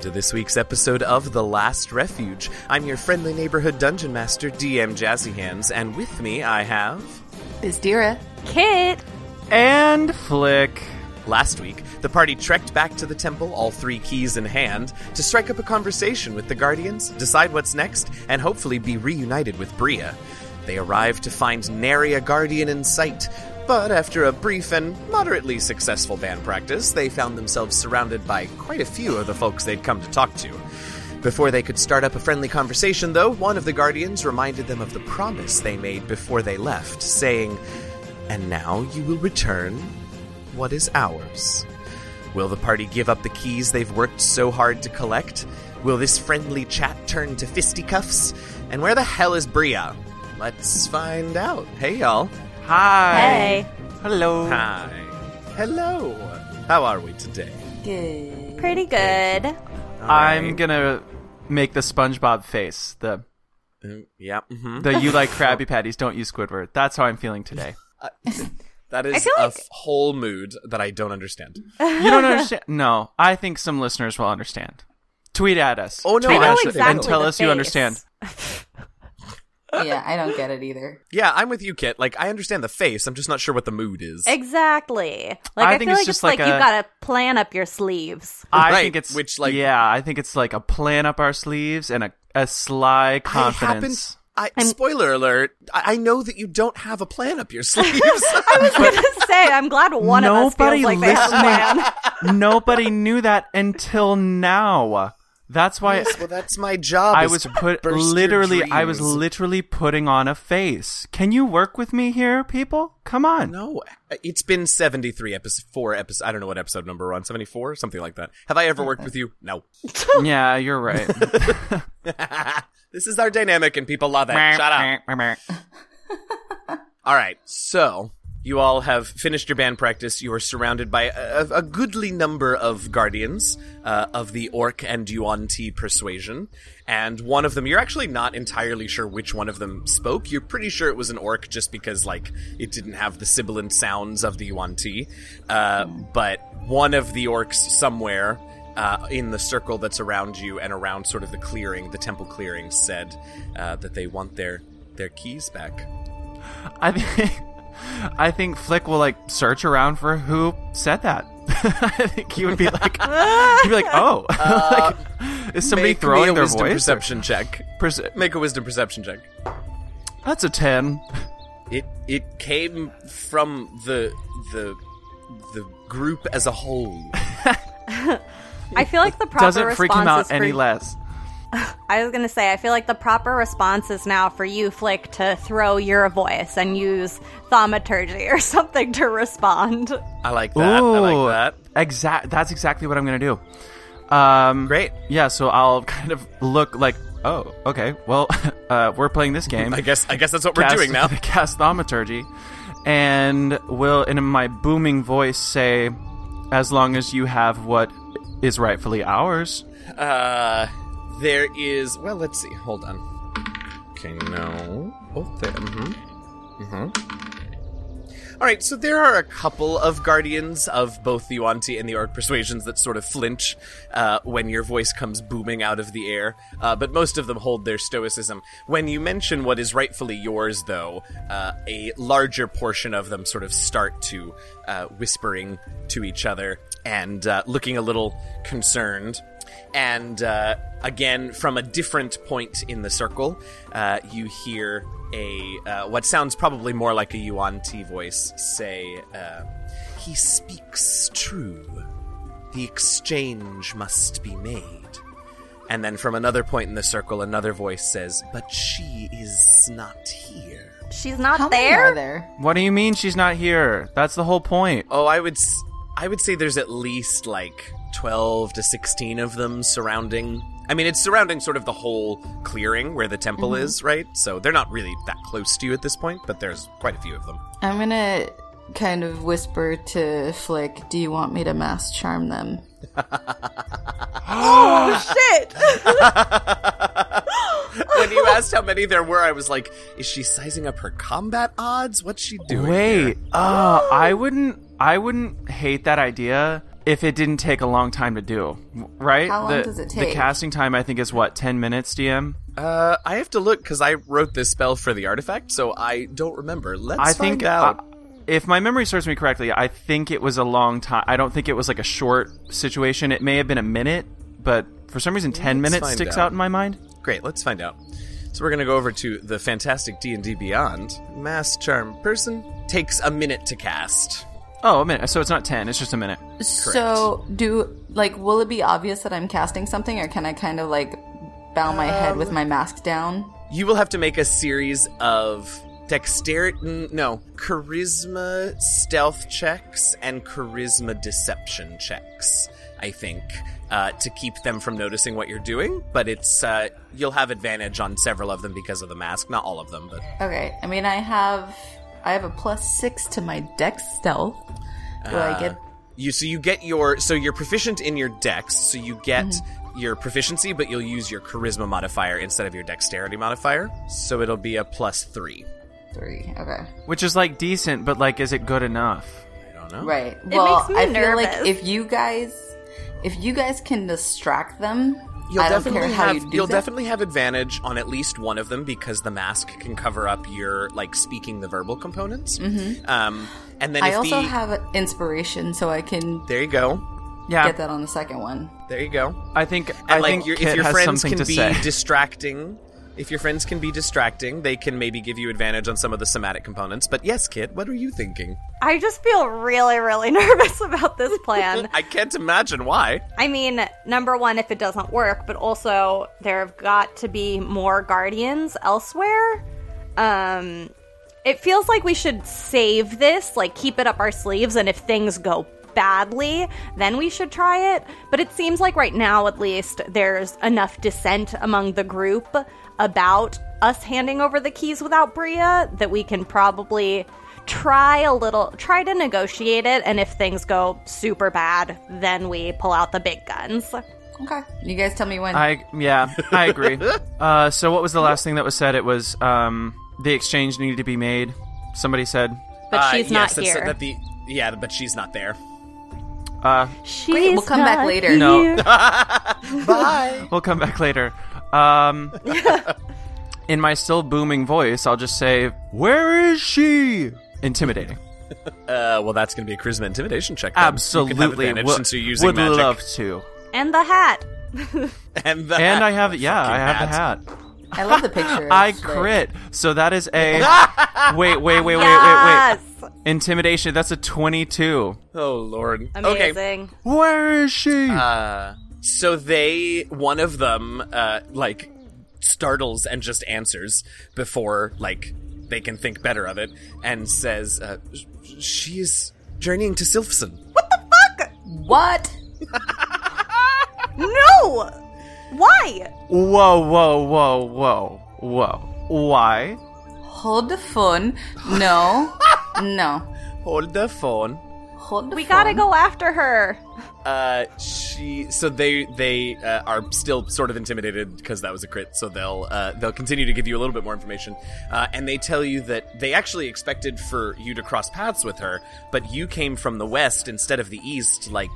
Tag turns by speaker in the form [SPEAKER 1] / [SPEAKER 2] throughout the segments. [SPEAKER 1] this week's episode of The Last Refuge. I'm your friendly neighborhood dungeon master, DM Jazzy Hands, and with me I have.
[SPEAKER 2] Bizdira.
[SPEAKER 3] Kit.
[SPEAKER 4] And Flick.
[SPEAKER 1] Last week, the party trekked back to the temple, all three keys in hand, to strike up a conversation with the guardians, decide what's next, and hopefully be reunited with Bria. They arrive to find nary a guardian in sight, but after a brief and moderately successful band practice, they found themselves surrounded by quite a few of the folks they'd come to talk to. Before they could start up a friendly conversation, though, one of the guardians reminded them of the promise they made before they left, saying, And now you will return what is ours. Will the party give up the keys they've worked so hard to collect? Will this friendly chat turn to fisticuffs? And where the hell is Bria? Let's find out. Hey, y'all.
[SPEAKER 4] Hi.
[SPEAKER 3] Hey.
[SPEAKER 4] Hello.
[SPEAKER 1] Hi. Hello. How are we today?
[SPEAKER 2] Good.
[SPEAKER 3] Pretty good.
[SPEAKER 4] I'm gonna make the SpongeBob face. The
[SPEAKER 1] Mm, yeah. mhm.
[SPEAKER 4] the you like Krabby Patties, don't you Squidward. That's how I'm feeling today.
[SPEAKER 1] That is
[SPEAKER 3] feel
[SPEAKER 1] a
[SPEAKER 3] like-
[SPEAKER 1] f- whole mood that I don't understand.
[SPEAKER 4] You don't understand? No, I think some listeners will understand. Tweet at us.
[SPEAKER 1] Oh, no,
[SPEAKER 4] Tweet
[SPEAKER 1] I
[SPEAKER 4] at
[SPEAKER 1] know
[SPEAKER 4] us and
[SPEAKER 1] exactly
[SPEAKER 4] tell
[SPEAKER 3] the
[SPEAKER 4] us you
[SPEAKER 3] face.
[SPEAKER 4] understand.
[SPEAKER 2] yeah, I don't get it either.
[SPEAKER 1] Yeah, I'm with you, Kit. Like, I understand the face. I'm just not sure what the mood is.
[SPEAKER 3] Exactly. Like
[SPEAKER 4] I
[SPEAKER 3] I,
[SPEAKER 4] think
[SPEAKER 3] feel
[SPEAKER 4] it's
[SPEAKER 3] like
[SPEAKER 4] just
[SPEAKER 3] it's like,
[SPEAKER 4] like a-
[SPEAKER 3] you gotta plan up your sleeves.
[SPEAKER 4] I
[SPEAKER 1] Right,
[SPEAKER 4] think it's
[SPEAKER 1] which, like-
[SPEAKER 4] yeah. I think it's like a plan up our sleeves and a, a sly confidence.
[SPEAKER 1] I happened. I, spoiler alert. I, I know that you don't have a plan up your sleeves.
[SPEAKER 3] I was gonna say, I'm glad one of us feels
[SPEAKER 4] Nobody
[SPEAKER 3] like they have a
[SPEAKER 4] listening-
[SPEAKER 3] plan.
[SPEAKER 4] Nobody knew that until now. That's why
[SPEAKER 1] well, that's my job.
[SPEAKER 4] I
[SPEAKER 1] is
[SPEAKER 4] was
[SPEAKER 1] to
[SPEAKER 4] put
[SPEAKER 1] burst your
[SPEAKER 4] literally. I was
[SPEAKER 1] dreams.
[SPEAKER 4] literally putting on a face. Can you work with me here, people? Come on.
[SPEAKER 1] No, it's been 73 episodes, four episodes. I don't know what episode number we're on, 74, something like that. Have I ever worked with you? No.
[SPEAKER 4] Yeah, you're right.
[SPEAKER 1] This is our dynamic and people love it. Shut up. All right. So, you all have finished your band practice. You are surrounded by a, a goodly number of guardians uh, of the orc and yuan ti persuasion. And one of them, you're actually not entirely sure which one of them spoke. You're pretty sure it was an orc just because, like, it didn't have the sibilant sounds of the yuan ti. Uh, but one of the orcs somewhere uh, in the circle that's around you and around sort of the clearing, the temple clearing, said uh, that they want their their keys back.
[SPEAKER 4] I think. I think Flick will like search around for who said that. I think he would be like, he'd be like, oh, like, is
[SPEAKER 1] Uh,
[SPEAKER 4] somebody
[SPEAKER 1] Make me
[SPEAKER 4] throwing
[SPEAKER 1] a
[SPEAKER 4] their
[SPEAKER 1] wisdom
[SPEAKER 4] voice? or-
[SPEAKER 1] Perception check.
[SPEAKER 4] Perce-
[SPEAKER 1] Make a wisdom perception check.
[SPEAKER 4] That's a ten.
[SPEAKER 1] It it came from the the the group as a whole.
[SPEAKER 3] I feel like the proper
[SPEAKER 4] Doesn't
[SPEAKER 3] response
[SPEAKER 4] freak him out
[SPEAKER 3] is for
[SPEAKER 4] any less.
[SPEAKER 3] I was gonna say, I feel like the proper response is now for you, Flick, to throw your voice and use thaumaturgy or something to respond.
[SPEAKER 1] I like that. I
[SPEAKER 4] Ooh,
[SPEAKER 1] like that.
[SPEAKER 4] Exact. That's exactly what I'm gonna do. Um,
[SPEAKER 1] Great.
[SPEAKER 4] Yeah. So I'll kind of look like, oh, okay. Well, uh, we're playing this game.
[SPEAKER 1] I guess I guess that's what we're
[SPEAKER 4] Cast-
[SPEAKER 1] doing now.
[SPEAKER 4] Cast thaumaturgy, and will in my booming voice say, as long as you have what is rightfully ours.
[SPEAKER 1] Uh, there is. Well, let's see. Hold on. Okay, no. Oh, there. Mm-hmm. Mm-hmm. All right. So there are a couple of guardians of both the Yuan-Ti and the Orc persuasions that sort of flinch uh, when your voice comes booming out of the air. Uh, but most of them hold their stoicism. When you mention what is rightfully yours, though, uh, a larger portion of them sort of start to uh, whispering to each other and uh, looking a little concerned. And uh, again, from a different point in the circle, uh, you hear a uh, what sounds probably more like a Yuan Ti voice say, uh, "He speaks true. The exchange must be made." And then from another point in the circle, another voice says, "But she is not here."
[SPEAKER 3] She's not
[SPEAKER 2] How many
[SPEAKER 3] there.
[SPEAKER 2] are there?
[SPEAKER 4] What do you mean she's not here? That's the whole point.
[SPEAKER 1] Oh, I would, s- I would say there's at least like twelve to sixteen of them surrounding. I mean, it's surrounding sort of the whole clearing where the temple is, right? So they're not really that close to you at this point, but there's quite a few of them.
[SPEAKER 2] I'm gonna kind of whisper to Flick, do you want me to mass charm them?
[SPEAKER 3] Shit.
[SPEAKER 1] when you asked how many there were, I was like, "Is she sizing up her combat odds? What's she doing?"
[SPEAKER 4] Wait,
[SPEAKER 1] here?"
[SPEAKER 4] uh, I wouldn't. I wouldn't hate that idea. if it didn't take a long time to do, right?
[SPEAKER 2] How long
[SPEAKER 4] the,
[SPEAKER 2] does it
[SPEAKER 4] The
[SPEAKER 2] take?
[SPEAKER 4] casting time, I think, is what ten minutes. DM.
[SPEAKER 1] Uh, I have to look because I wrote this spell for the artifact, so I don't remember. Let's
[SPEAKER 4] I
[SPEAKER 1] find
[SPEAKER 4] think,
[SPEAKER 1] out.
[SPEAKER 4] uh, if my memory serves me correctly, I think it was a long time. I don't think it was like a short situation. It may have been a minute, but for some reason, ten
[SPEAKER 1] Let's
[SPEAKER 4] minutes
[SPEAKER 1] find
[SPEAKER 4] sticks
[SPEAKER 1] out.
[SPEAKER 4] out in my mind.
[SPEAKER 1] Great, let's find out. So we're gonna go over to the fantastic D and D Beyond. Mass charm person takes a minute to cast.
[SPEAKER 4] Oh, a minute. So it's not ten. It's just a minute.
[SPEAKER 2] So do like will it be obvious that I'm casting something, or can I kind of like bow my head
[SPEAKER 3] Um.
[SPEAKER 2] with my mask down?
[SPEAKER 1] You will have to make a series of dexterity, no, charisma stealth checks and charisma deception checks. I think uh, to keep them from noticing what you're doing, but it's uh, you'll have advantage on several of them because of the mask. Not all of them, but
[SPEAKER 2] Okay. I mean, I have I have a plus six to my dex stealth. Do I get?
[SPEAKER 1] You so you get your so you're proficient in your dex, so you get
[SPEAKER 2] Mm-hmm.
[SPEAKER 1] your proficiency, but you'll use your charisma modifier instead of your dexterity modifier. So it'll be a plus three.
[SPEAKER 2] Three. Okay.
[SPEAKER 4] Which is like decent, but like, is it good enough?
[SPEAKER 1] I don't know.
[SPEAKER 2] Right. well,
[SPEAKER 3] makes me
[SPEAKER 2] I feel like
[SPEAKER 3] nervous.
[SPEAKER 2] if you guys, if you guys can distract them,
[SPEAKER 1] You'll
[SPEAKER 2] I don't
[SPEAKER 1] definitely
[SPEAKER 2] care how
[SPEAKER 1] have
[SPEAKER 2] you do
[SPEAKER 1] will
[SPEAKER 2] that.
[SPEAKER 1] definitely have advantage on at least one of them because the mask can cover up your like speaking the verbal components. Mm-hmm. Um, and then
[SPEAKER 2] I
[SPEAKER 1] if
[SPEAKER 2] also
[SPEAKER 1] the,
[SPEAKER 2] have an inspiration, so I can
[SPEAKER 1] there you go,
[SPEAKER 4] Yeah,
[SPEAKER 2] get that on the second one.
[SPEAKER 1] there you go.
[SPEAKER 4] I think.
[SPEAKER 1] And
[SPEAKER 4] I
[SPEAKER 1] like
[SPEAKER 4] think
[SPEAKER 1] your, if
[SPEAKER 4] Kit
[SPEAKER 1] your
[SPEAKER 4] has
[SPEAKER 1] friends
[SPEAKER 4] something
[SPEAKER 1] can
[SPEAKER 4] to
[SPEAKER 1] be
[SPEAKER 4] say.
[SPEAKER 1] distracting, if your friends can be distracting, they can maybe give you advantage on some of the somatic components. But yes, Kit, what are you thinking?
[SPEAKER 3] I just feel really, really nervous about this plan.
[SPEAKER 1] I can't imagine why.
[SPEAKER 3] I mean, number one, if it doesn't work, but also there have got to be more guardians elsewhere. Um, it feels like we should save this, like keep it up our sleeves, and if things go badly, then we should try it. But it seems like right now, at least, there's enough dissent among the group about us handing over the keys without Bria that we can probably try a little, try to negotiate it, and if things go super bad, then we pull out the big guns.
[SPEAKER 2] Okay. You guys tell me when.
[SPEAKER 4] I yeah, I agree. uh, so what was the last thing that was said? It was um, the exchange needed to be made. Somebody said.
[SPEAKER 3] But
[SPEAKER 1] Uh, yes,
[SPEAKER 3] she's not
[SPEAKER 1] that's-
[SPEAKER 3] here.
[SPEAKER 1] That the, yeah, but she's not there.
[SPEAKER 4] Uh,
[SPEAKER 3] she's
[SPEAKER 2] Great, we'll come back
[SPEAKER 3] not
[SPEAKER 2] later.
[SPEAKER 3] here.
[SPEAKER 4] No.
[SPEAKER 1] Bye.
[SPEAKER 4] We'll come back later. Um, in my still booming voice, I'll just say, "Where is she?" Intimidating.
[SPEAKER 1] uh, well, that's going to be a charisma intimidation check. then. You can have
[SPEAKER 4] Absolutely.
[SPEAKER 1] advantage
[SPEAKER 4] Wo-
[SPEAKER 1] since you're using
[SPEAKER 4] would
[SPEAKER 1] magic.
[SPEAKER 4] love to.
[SPEAKER 3] And the hat.
[SPEAKER 1] And, the
[SPEAKER 4] And I have yeah, I have
[SPEAKER 1] hat.
[SPEAKER 4] the hat.
[SPEAKER 2] I love the picture.
[SPEAKER 4] I
[SPEAKER 2] It's like-
[SPEAKER 4] crit. So that is a wait, wait, wait,
[SPEAKER 3] yes.
[SPEAKER 4] wait, wait, wait. Intimidation. That's a twenty-two.
[SPEAKER 1] Oh lord. Okay.
[SPEAKER 3] Amazing.
[SPEAKER 4] Where is she?
[SPEAKER 1] Uh, So they, one of them, uh, like startles and just answers before like they can think better of it, and says, uh, "Sh- "She is journeying to Sylphson."
[SPEAKER 2] What?
[SPEAKER 3] No! Why?
[SPEAKER 4] whoa, whoa, whoa, whoa, whoa. Why?
[SPEAKER 2] Hold the phone. No. no.
[SPEAKER 1] Hold the phone.
[SPEAKER 2] Hold the
[SPEAKER 3] We
[SPEAKER 2] phone.
[SPEAKER 3] gotta go after her.
[SPEAKER 1] Uh, she. So they they uh, are still sort of intimidated because that was a crit. So they'll uh, they'll continue to give you a little bit more information, uh, and they tell you that they actually expected for you to cross paths with her, but you came from the west instead of the east, like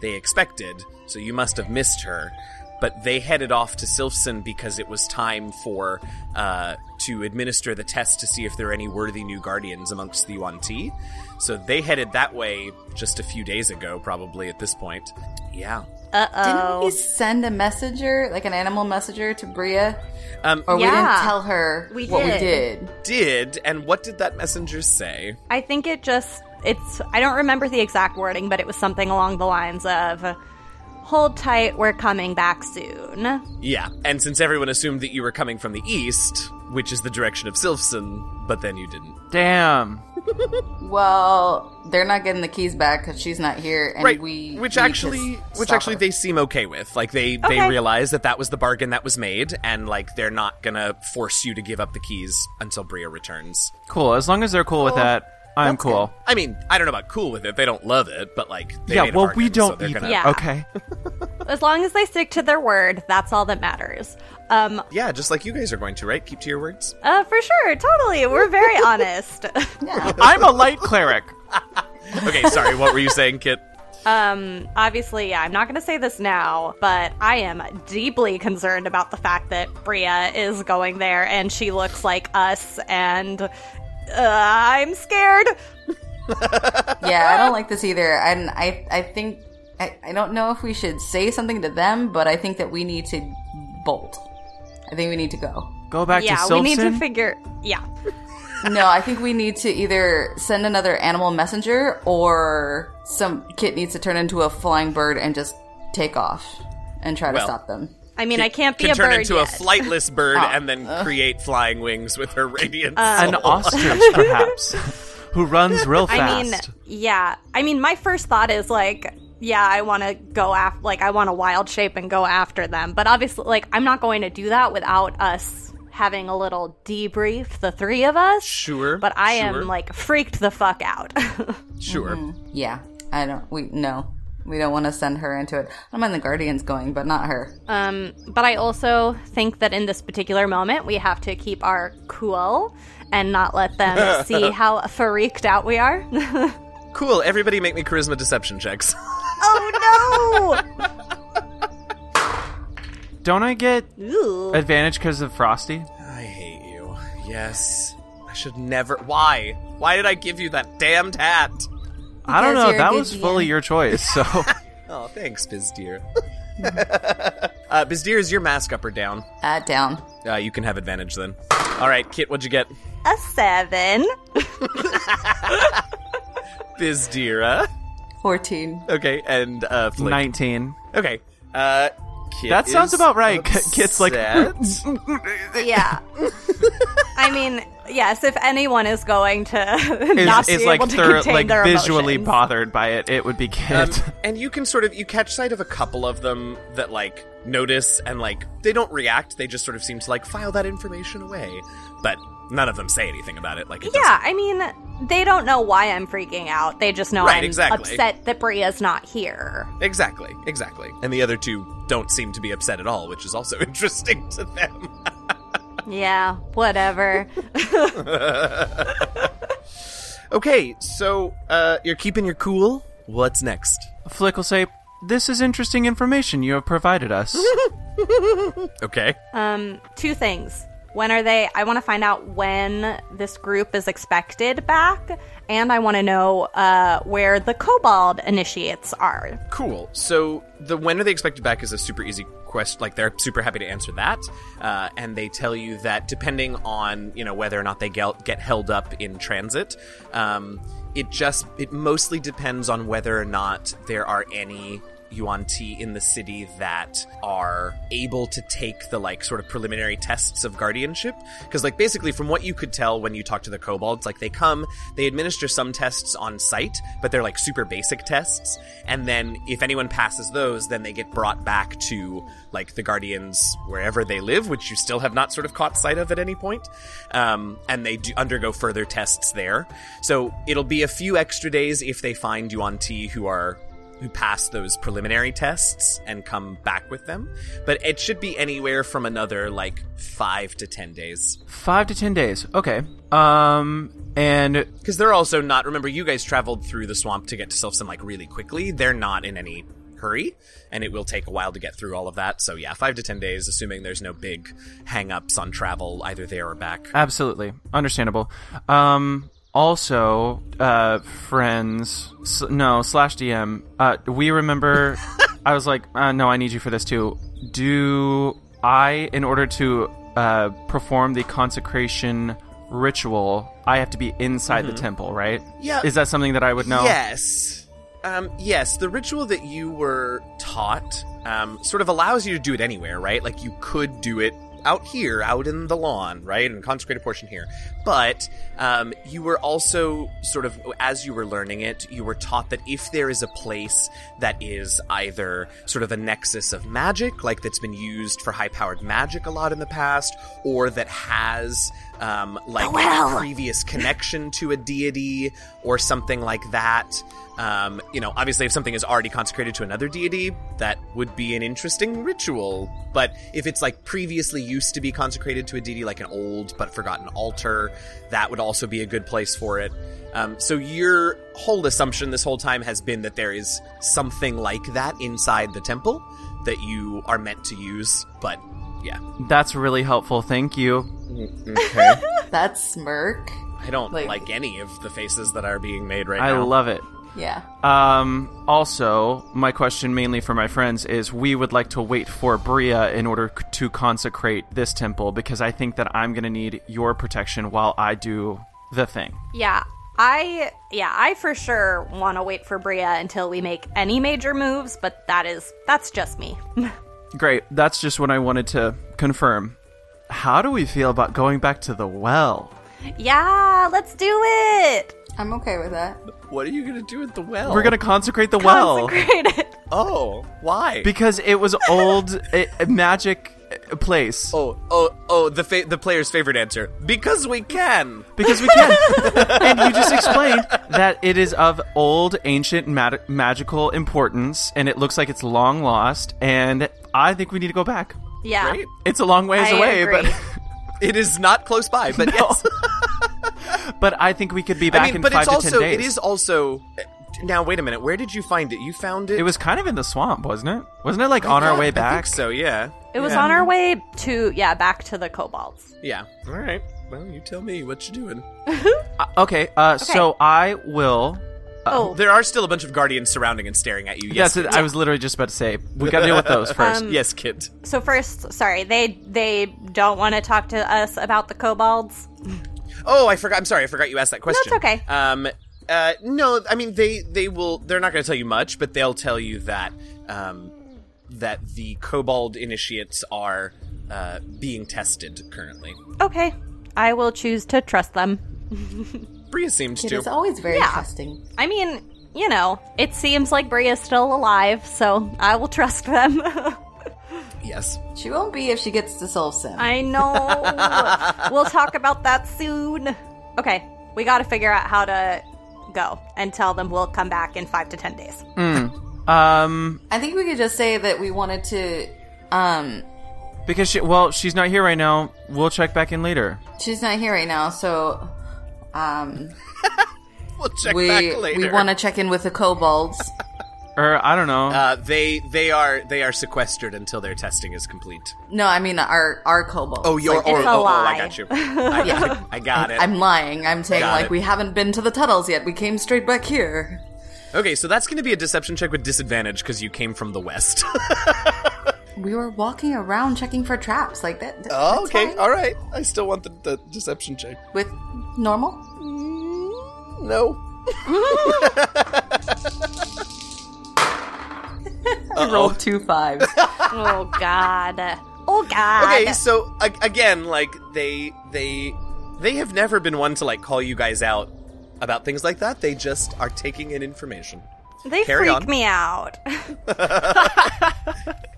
[SPEAKER 1] they expected. So you must have missed her. But they headed off to Sylphson because it was time for uh, to administer the test to see if there are any worthy new guardians amongst the Yuan Ti. So they headed that way just a few days ago, probably at this point. Yeah.
[SPEAKER 2] Didn't we send a messenger, like an animal messenger, to Bria?
[SPEAKER 1] Um,
[SPEAKER 2] Or we
[SPEAKER 3] Yeah.
[SPEAKER 2] didn't tell her
[SPEAKER 3] We
[SPEAKER 2] what we
[SPEAKER 3] did.
[SPEAKER 2] did.
[SPEAKER 1] did and what did that messenger say?
[SPEAKER 3] I think it just it's I don't remember the exact wording, but it was something along the lines of Hold tight, we're coming back soon.
[SPEAKER 1] Yeah. And since everyone assumed that you were coming from the east, which is the direction of Sylphson, but then you didn't.
[SPEAKER 4] Damn.
[SPEAKER 2] Well, they're not getting the keys back because she's not here, and
[SPEAKER 1] right
[SPEAKER 2] we
[SPEAKER 1] which
[SPEAKER 2] need to
[SPEAKER 1] actually
[SPEAKER 2] s-
[SPEAKER 1] which
[SPEAKER 2] stop
[SPEAKER 1] actually
[SPEAKER 2] her.
[SPEAKER 1] they seem okay with like they they
[SPEAKER 3] Okay.
[SPEAKER 1] realize that that was the bargain that was made and like they're not gonna force you to give up the keys until bria returns
[SPEAKER 4] Cool. As long as they're cool, with that, I'm
[SPEAKER 2] That's
[SPEAKER 4] cool.
[SPEAKER 1] i mean i don't know about cool with it they don't love it but like they
[SPEAKER 4] Yeah.
[SPEAKER 1] made a
[SPEAKER 4] Well,
[SPEAKER 1] bargain,
[SPEAKER 4] we
[SPEAKER 1] so
[SPEAKER 4] don't
[SPEAKER 1] they're
[SPEAKER 4] either.
[SPEAKER 1] gonna-
[SPEAKER 3] Yeah.
[SPEAKER 4] Okay.
[SPEAKER 3] As long as they stick to their word, that's all that matters. Um
[SPEAKER 1] yeah just like you guys are going to right keep to your words
[SPEAKER 3] uh for sure, totally. We're very honest.
[SPEAKER 2] Yeah.
[SPEAKER 4] I'm a light cleric.
[SPEAKER 1] okay sorry what were you saying kit
[SPEAKER 3] Um, obviously, yeah, I'm not going to say this now, but I am deeply concerned about the fact that Bria is going there and she looks like us, and uh, I'm scared.
[SPEAKER 2] yeah, I don't like this either. And I, I think, I, I don't know if we should say something to them, but I think that we need to bolt. I think we need to go.
[SPEAKER 4] Go back
[SPEAKER 3] yeah,
[SPEAKER 4] to Silson.
[SPEAKER 3] we need to figure. Yeah.
[SPEAKER 2] No, I think we need to either send another animal messenger or some kit needs to turn into a flying bird and just take off and try
[SPEAKER 1] Well.
[SPEAKER 2] to stop them.
[SPEAKER 3] I mean, I can't be
[SPEAKER 1] Can
[SPEAKER 3] a
[SPEAKER 1] turn
[SPEAKER 3] bird
[SPEAKER 1] into
[SPEAKER 3] yet. Ah.
[SPEAKER 1] a flightless bird and then create flying wings with her radiant.
[SPEAKER 3] Uh,
[SPEAKER 4] An ostrich, perhaps, who runs real fast.
[SPEAKER 3] I mean, yeah. I mean, my first thought is like, yeah, I want to go after, like, I want a wild shape and go after them. But obviously, like, I'm not going to do that without us having a little debrief, the three of us.
[SPEAKER 1] Sure,
[SPEAKER 3] But I
[SPEAKER 1] sure.
[SPEAKER 3] am like mm-hmm. freaked the fuck out.
[SPEAKER 1] sure.
[SPEAKER 2] Yeah, I don't. We no, we don't want to send her into it. I don't mind the guardians going, but not her.
[SPEAKER 3] um, but I also think that in this particular moment, we have to keep our cool and not let them see how freaked out we are.
[SPEAKER 1] Cool. Everybody, make me charisma deception checks.
[SPEAKER 3] oh
[SPEAKER 4] Don't I get
[SPEAKER 3] no! Ooh.
[SPEAKER 4] advantage because of Frosty?
[SPEAKER 1] I hate you. Yes. I should never. Why? Why did I give you that damned hat?
[SPEAKER 4] I
[SPEAKER 2] Because
[SPEAKER 4] don't know.
[SPEAKER 2] you're a
[SPEAKER 4] That
[SPEAKER 2] good
[SPEAKER 4] was fully
[SPEAKER 2] DM.
[SPEAKER 4] your choice. So
[SPEAKER 1] Oh, thanks, Bizdeer. uh, Bizdeer, is your mask up or down?
[SPEAKER 2] Uh, down.
[SPEAKER 1] Uh, you can have advantage then. All right, Kit, what'd you get?
[SPEAKER 3] A seven.
[SPEAKER 1] Bizdira.
[SPEAKER 2] Fourteen.
[SPEAKER 1] Okay, and uh, Flick.
[SPEAKER 4] nineteen.
[SPEAKER 1] Okay. Uh, Kit
[SPEAKER 4] That sounds
[SPEAKER 1] is
[SPEAKER 4] about right. K- Kit's like,
[SPEAKER 1] upset.
[SPEAKER 3] Yeah. I mean, yes, if anyone is going to not
[SPEAKER 4] is,
[SPEAKER 3] be
[SPEAKER 4] is like
[SPEAKER 3] able to
[SPEAKER 4] thorough-
[SPEAKER 3] contain
[SPEAKER 4] like
[SPEAKER 3] their
[SPEAKER 4] visually
[SPEAKER 3] emotions.
[SPEAKER 4] bothered by it. It would be
[SPEAKER 1] Um,
[SPEAKER 4] Kit.
[SPEAKER 1] and you can sort of you catch sight of a couple of them that like notice and like they don't react. They just sort of seem to like file that information away, but none of them say anything about it. Like it
[SPEAKER 3] Yeah, I mean, they don't know why I'm freaking out. They just know
[SPEAKER 1] Right,
[SPEAKER 3] I'm
[SPEAKER 1] exactly.
[SPEAKER 3] upset that Bria's not here.
[SPEAKER 1] doesn't- exactly, exactly. And the other two don't seem to be upset at all, which is also interesting to them.
[SPEAKER 3] Yeah, whatever.
[SPEAKER 1] okay, so uh, you're keeping your cool. What's next?
[SPEAKER 4] Flick will say, "This is interesting information you have provided us."
[SPEAKER 1] Okay.
[SPEAKER 3] um, two things. When are they? I want to find out when this group is expected back, and I want to know uh, where the Kobold initiates are.
[SPEAKER 1] Cool. So the when are they expected back is a super easy quest. Like they're super happy to answer that, uh, and they tell you that depending on you know whether or not they get, get held up in transit, um, it just it mostly depends on whether or not there are any Yuan Ti in the city that are able to take the like sort of preliminary tests of guardianship. Because like basically from what you could tell when you talk to the kobolds, like they come, they administer some tests on site, but they're like super basic tests. And then if anyone passes those, then they get brought back to like the guardians wherever they live, which you still have not sort of caught sight of at any point. Um, and they do undergo further tests there. So it'll be a few extra days if they find Yuan Ti who are who pass those preliminary tests and come back with them. But it should be anywhere from another like five to ten days.
[SPEAKER 4] Five to ten days. Okay. Um, and
[SPEAKER 1] Because they're also not, remember, you guys traveled through the swamp to get to Silfson like really quickly. They're not in any hurry, and it will take a while to get through all of that. So yeah, five to ten days, assuming there's no big hang ups on travel either there or back.
[SPEAKER 4] Absolutely. Understandable. Um, also, uh, friends, s- no, slash DM, uh, we remember, I was like, uh, no, I need you for this too. Do I, in order to uh, perform the consecration ritual, I have to be inside the temple, right?
[SPEAKER 1] Yeah.
[SPEAKER 4] Is that something that I would know?
[SPEAKER 1] Yes. Um, yes, the ritual that you were taught um, sort of allows you to do it anywhere, right? Like you could do it out here, out in the lawn, right? And consecrate a portion here. But um, you were also sort of, as you were learning it, you were taught that if there is a place that is either sort of a nexus of magic, like that's been used for high powered magic a lot in the past, or that has um, like
[SPEAKER 3] well.
[SPEAKER 1] previous connection to a deity or something like that. Um, you know, obviously, if something is already consecrated to another deity, that would be an interesting ritual. But if it's like previously used to be consecrated to a deity, like an old but forgotten altar, that would also be a good place for it. Um, so your whole assumption this whole time has been that there is something like that inside the temple that you are meant to use, but yeah.
[SPEAKER 4] That's really helpful. Thank you.
[SPEAKER 1] Okay.
[SPEAKER 2] That smirk.
[SPEAKER 1] I don't like,
[SPEAKER 2] Like-
[SPEAKER 1] any of the faces that are being made right
[SPEAKER 4] I
[SPEAKER 1] now.
[SPEAKER 4] love it.
[SPEAKER 2] Yeah.
[SPEAKER 4] Um, also, my question mainly for my friends is we would like to wait for Bria in order c- to consecrate this temple because I think that I'm going to need your protection while I do the thing.
[SPEAKER 3] Yeah. I yeah, I for sure want to wait for Bria until we make any major moves, but that is that's just me.
[SPEAKER 4] Great. That's just what I wanted to confirm. How do we feel about going back to the well?
[SPEAKER 3] yeah, let's do it.
[SPEAKER 2] I'm okay with that.
[SPEAKER 1] What are you gonna do with the well?
[SPEAKER 4] We're going to consecrate the well
[SPEAKER 3] Consecrate it.
[SPEAKER 1] Oh, why?
[SPEAKER 4] because it was old i magic uh, place.
[SPEAKER 1] oh, oh, oh! The fa- the player's favorite answer. Because we can.
[SPEAKER 4] Because we can. and you just explained that it is of old, ancient, mag- magical importance, and it looks like it's long lost, and I think we need to go back.
[SPEAKER 3] Yeah.
[SPEAKER 1] Great.
[SPEAKER 4] It's a long ways
[SPEAKER 3] I
[SPEAKER 4] away,
[SPEAKER 3] agree.
[SPEAKER 1] It is not close by, but yes.
[SPEAKER 4] but but I think we could be back
[SPEAKER 1] I mean,
[SPEAKER 4] in
[SPEAKER 1] but
[SPEAKER 4] five
[SPEAKER 1] it's
[SPEAKER 4] to
[SPEAKER 1] also
[SPEAKER 4] ten days.
[SPEAKER 1] it is also. Now wait a minute. Where did you find it? You found it.
[SPEAKER 4] It was kind of in the swamp, wasn't it? Wasn't it like on our way
[SPEAKER 1] I
[SPEAKER 4] back?
[SPEAKER 1] think so yeah.
[SPEAKER 3] It was
[SPEAKER 1] Yeah.
[SPEAKER 3] on our way to yeah, back to the kobolds.
[SPEAKER 1] Yeah. All right. Well, you tell me what you're doing.
[SPEAKER 4] Okay, uh, so I will.
[SPEAKER 3] oh,
[SPEAKER 1] Uh, There are still a bunch of guardians surrounding and staring at you. Yes,
[SPEAKER 4] Yes, that's it. I was literally just about to say we got to deal with those first.
[SPEAKER 1] yes, kid.
[SPEAKER 3] so first, sorry, they they don't want to talk to us about the kobolds.
[SPEAKER 1] Oh, I forgot. I'm sorry. I forgot you asked that question.
[SPEAKER 3] it's okay.
[SPEAKER 1] Um, uh, no, I mean they they will. They're not going to tell you much, but they'll tell you that um, that the kobold initiates are uh, being tested currently.
[SPEAKER 3] Okay. I will choose to trust them.
[SPEAKER 1] Bria seems
[SPEAKER 2] It
[SPEAKER 1] to.
[SPEAKER 2] is always very trusting.
[SPEAKER 3] I mean, you know, it seems like Bria's still alive, so I will trust them.
[SPEAKER 1] yes.
[SPEAKER 2] She won't be if she gets to Soul Sim.
[SPEAKER 3] I know. we'll talk about that soon. Okay, we got to figure out how to go and tell them we'll come back in five to ten days.
[SPEAKER 4] Um,
[SPEAKER 2] I think we could just say that we wanted to. Um,
[SPEAKER 4] because she, well, she's not here right now. We'll check back in later.
[SPEAKER 2] she's not here right now, so um,
[SPEAKER 1] We'll check
[SPEAKER 2] we
[SPEAKER 1] back later.
[SPEAKER 2] we want to check in with the kobolds.
[SPEAKER 4] Or I don't know.
[SPEAKER 1] Uh, they they are they are sequestered until their testing is complete.
[SPEAKER 2] No, I mean our our kobolds.
[SPEAKER 1] Oh, you're
[SPEAKER 2] Like,
[SPEAKER 1] oh,
[SPEAKER 3] it's a
[SPEAKER 1] oh, oh, I
[SPEAKER 3] lie.
[SPEAKER 1] got you. I got it. I got it.
[SPEAKER 2] I'm lying. I'm saying
[SPEAKER 1] Got
[SPEAKER 2] like
[SPEAKER 1] it.
[SPEAKER 2] we haven't been to the tunnels yet. We came straight back here.
[SPEAKER 1] Okay, so that's going to be a deception check with disadvantage because you came from the west.
[SPEAKER 2] We were walking around checking for traps like that. that- that's fine.
[SPEAKER 1] Oh, all right. I still want the, the deception check.
[SPEAKER 2] With normal,
[SPEAKER 1] Mm, No.
[SPEAKER 2] I rolled two fives.
[SPEAKER 3] oh, God. Oh, God.
[SPEAKER 1] Okay, so a- again, like they they they have never been one to like call you guys out about things like that. They just are taking in information.
[SPEAKER 3] they
[SPEAKER 1] carry
[SPEAKER 3] freak
[SPEAKER 1] on.
[SPEAKER 3] me out.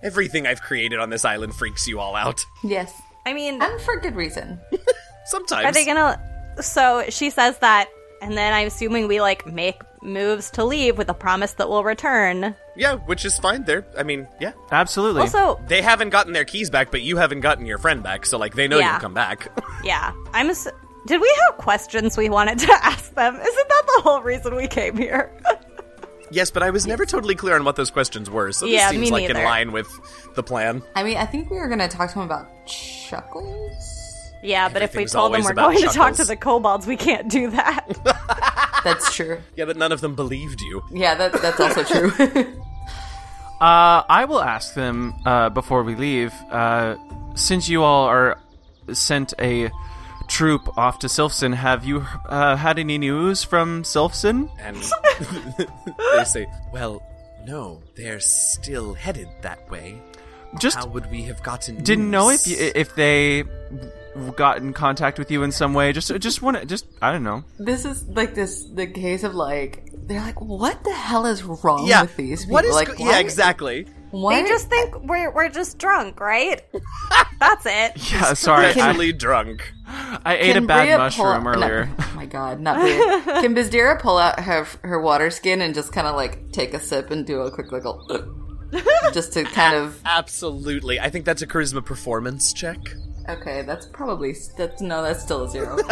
[SPEAKER 1] Everything I've created on this island freaks you all out.
[SPEAKER 2] yes,
[SPEAKER 3] I mean,
[SPEAKER 2] and for good reason.
[SPEAKER 1] Sometimes
[SPEAKER 3] are they gonna. So she says that, and then I'm assuming we, like, make moves to leave with a promise that we'll return.
[SPEAKER 1] yeah, which is fine. They're I mean, yeah.
[SPEAKER 4] Absolutely.
[SPEAKER 3] Also,
[SPEAKER 1] They haven't gotten their keys back, but you haven't gotten your friend back, so like they know
[SPEAKER 3] Yeah.
[SPEAKER 1] you'll come back.
[SPEAKER 3] Yeah, I'm. Ass- Did we have questions we wanted to ask them? Isn't that the whole reason we came here?
[SPEAKER 1] yes, but I was never totally clear on what those questions were, so this
[SPEAKER 3] Yeah,
[SPEAKER 1] seems
[SPEAKER 3] me
[SPEAKER 1] like in
[SPEAKER 3] neither.
[SPEAKER 1] line with the plan.
[SPEAKER 2] I mean, I think we were gonna talk to him about chuckles.
[SPEAKER 3] yeah, but if we
[SPEAKER 1] Everything's
[SPEAKER 3] told them
[SPEAKER 1] always
[SPEAKER 3] we're
[SPEAKER 1] about
[SPEAKER 3] going to talk to
[SPEAKER 1] chuckles.
[SPEAKER 3] the kobolds, we can't do that.
[SPEAKER 2] That's true.
[SPEAKER 1] Yeah, but none of them believed you.
[SPEAKER 2] Yeah, that, that's also true.
[SPEAKER 4] Uh, I will ask them uh, before we leave. Uh, since you all are sent a troop off to Silfson, have you uh, had any news from Silfson?
[SPEAKER 1] And they say, well, no, they're still headed that way.
[SPEAKER 4] Just
[SPEAKER 1] How would we have gotten?
[SPEAKER 4] didn't know if
[SPEAKER 1] news?
[SPEAKER 4] you, if they w- got in contact with you in some way. Just just want to just I don't know.
[SPEAKER 2] this is like this the case of like they're like, what the hell is wrong
[SPEAKER 1] yeah.
[SPEAKER 2] with these people?
[SPEAKER 1] What is?
[SPEAKER 2] like,
[SPEAKER 1] go-
[SPEAKER 2] why-
[SPEAKER 1] yeah, exactly.
[SPEAKER 2] Why
[SPEAKER 3] they just think we're we're just drunk, right? That's it.
[SPEAKER 4] Yeah, sorry. I,
[SPEAKER 1] Actually drunk.
[SPEAKER 4] I ate a
[SPEAKER 2] Can
[SPEAKER 4] bad
[SPEAKER 2] Bria
[SPEAKER 4] mushroom
[SPEAKER 2] pull- no,
[SPEAKER 4] earlier.
[SPEAKER 2] oh my god, not Bria. Can Bizdira pull out her her water skin and just kind of like take a sip and do a quick little just to kind of
[SPEAKER 1] Absolutely. I think that's a charisma performance check.
[SPEAKER 2] okay. That's probably that's no, that's still a zero.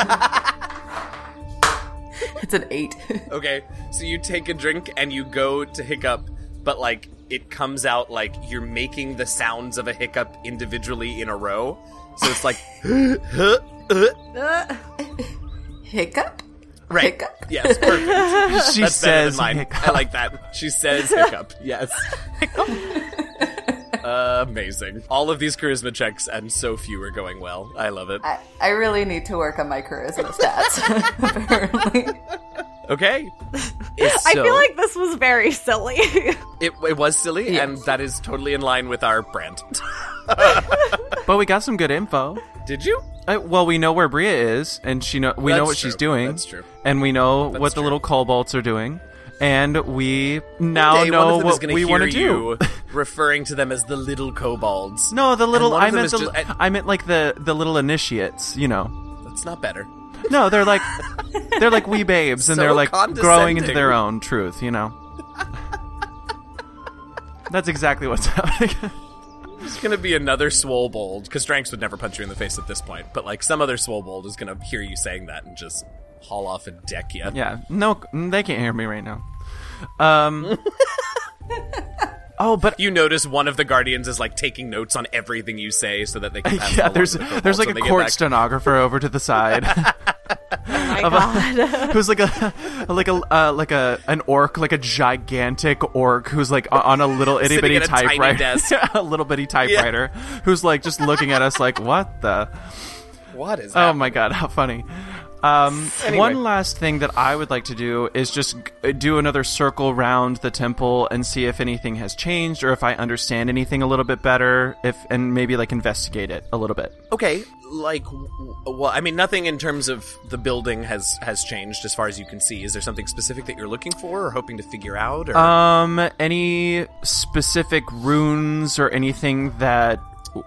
[SPEAKER 2] it's an eight.
[SPEAKER 1] Okay, so you take a drink and you go to hiccup, but like it comes out like you're making the sounds of a hiccup individually in a row. So it's like,
[SPEAKER 3] Uh,
[SPEAKER 2] Hiccup.
[SPEAKER 1] right?
[SPEAKER 2] Hiccup?
[SPEAKER 1] Yes, perfect.
[SPEAKER 4] she
[SPEAKER 1] That's better
[SPEAKER 4] says
[SPEAKER 1] than mine.
[SPEAKER 4] hiccup.
[SPEAKER 1] I like that. She says hiccup. Yes. Amazing. All of these charisma checks and so few are going well. I love it.
[SPEAKER 2] I, I really need to work on my charisma stats. apparently,
[SPEAKER 1] Okay. It's
[SPEAKER 3] I
[SPEAKER 1] so-
[SPEAKER 3] feel like this was very silly. Oh
[SPEAKER 1] it, it was silly, and that is totally in line with our brand.
[SPEAKER 4] But we got some good info.
[SPEAKER 1] Did you?
[SPEAKER 4] Uh, well, we know where Bria is, and she know we know
[SPEAKER 1] That's
[SPEAKER 4] what she's
[SPEAKER 1] true.
[SPEAKER 4] doing.
[SPEAKER 1] That's true.
[SPEAKER 4] And we know what the
[SPEAKER 1] true.
[SPEAKER 4] little kobolds are doing, and we now
[SPEAKER 1] Day,
[SPEAKER 4] know
[SPEAKER 1] one of them is
[SPEAKER 4] Oh, what
[SPEAKER 1] gonna
[SPEAKER 4] we
[SPEAKER 1] hear
[SPEAKER 4] want to do.
[SPEAKER 1] you referring to them as the little kobolds.
[SPEAKER 4] No, the little
[SPEAKER 1] And one
[SPEAKER 4] I
[SPEAKER 1] of them
[SPEAKER 4] meant
[SPEAKER 1] is
[SPEAKER 4] the,
[SPEAKER 1] just- I-
[SPEAKER 4] I meant like the the little initiates, you know.
[SPEAKER 1] that's not better.
[SPEAKER 4] No, they're like they're like wee babes, and
[SPEAKER 1] So
[SPEAKER 4] they're like growing into
[SPEAKER 1] condescending.
[SPEAKER 4] their own truth, you know. That's exactly what's happening.
[SPEAKER 1] It's gonna be another swolbold because Stranks would never punch you in the face at this point. But like some other swolbold is gonna hear you saying that and just haul off a deck you.
[SPEAKER 4] yeah, no, they can't hear me right now. Um. oh, but
[SPEAKER 1] You notice one of the guardians is like taking notes on everything you say so that they can. Pass it
[SPEAKER 4] yeah,
[SPEAKER 1] along to
[SPEAKER 4] there's
[SPEAKER 1] the kobolds
[SPEAKER 4] there's like
[SPEAKER 1] when
[SPEAKER 4] a
[SPEAKER 1] they get
[SPEAKER 4] court
[SPEAKER 1] back.
[SPEAKER 4] stenographer over to the side
[SPEAKER 3] oh my god.
[SPEAKER 4] who's like a like a uh, like a an orc, like a gigantic orc who's like o- on a little itty
[SPEAKER 1] Sitting
[SPEAKER 4] bitty
[SPEAKER 1] at a tiny
[SPEAKER 4] typewriter,
[SPEAKER 1] desk.
[SPEAKER 4] a little bitty typewriter, who's like just looking at us like what the
[SPEAKER 1] What is?
[SPEAKER 4] oh
[SPEAKER 1] happening?
[SPEAKER 4] my god, how funny. Um,
[SPEAKER 1] Anyway.
[SPEAKER 4] One last thing that I would like to do is just g- do another circle round the temple and see if anything has changed or if I understand anything a little bit better, if and maybe like investigate it a little bit.
[SPEAKER 1] okay like w- well i mean nothing in terms of the building has has changed as far as you can see is there something specific that you're looking for or hoping to figure out or
[SPEAKER 4] Um, any specific runes or anything that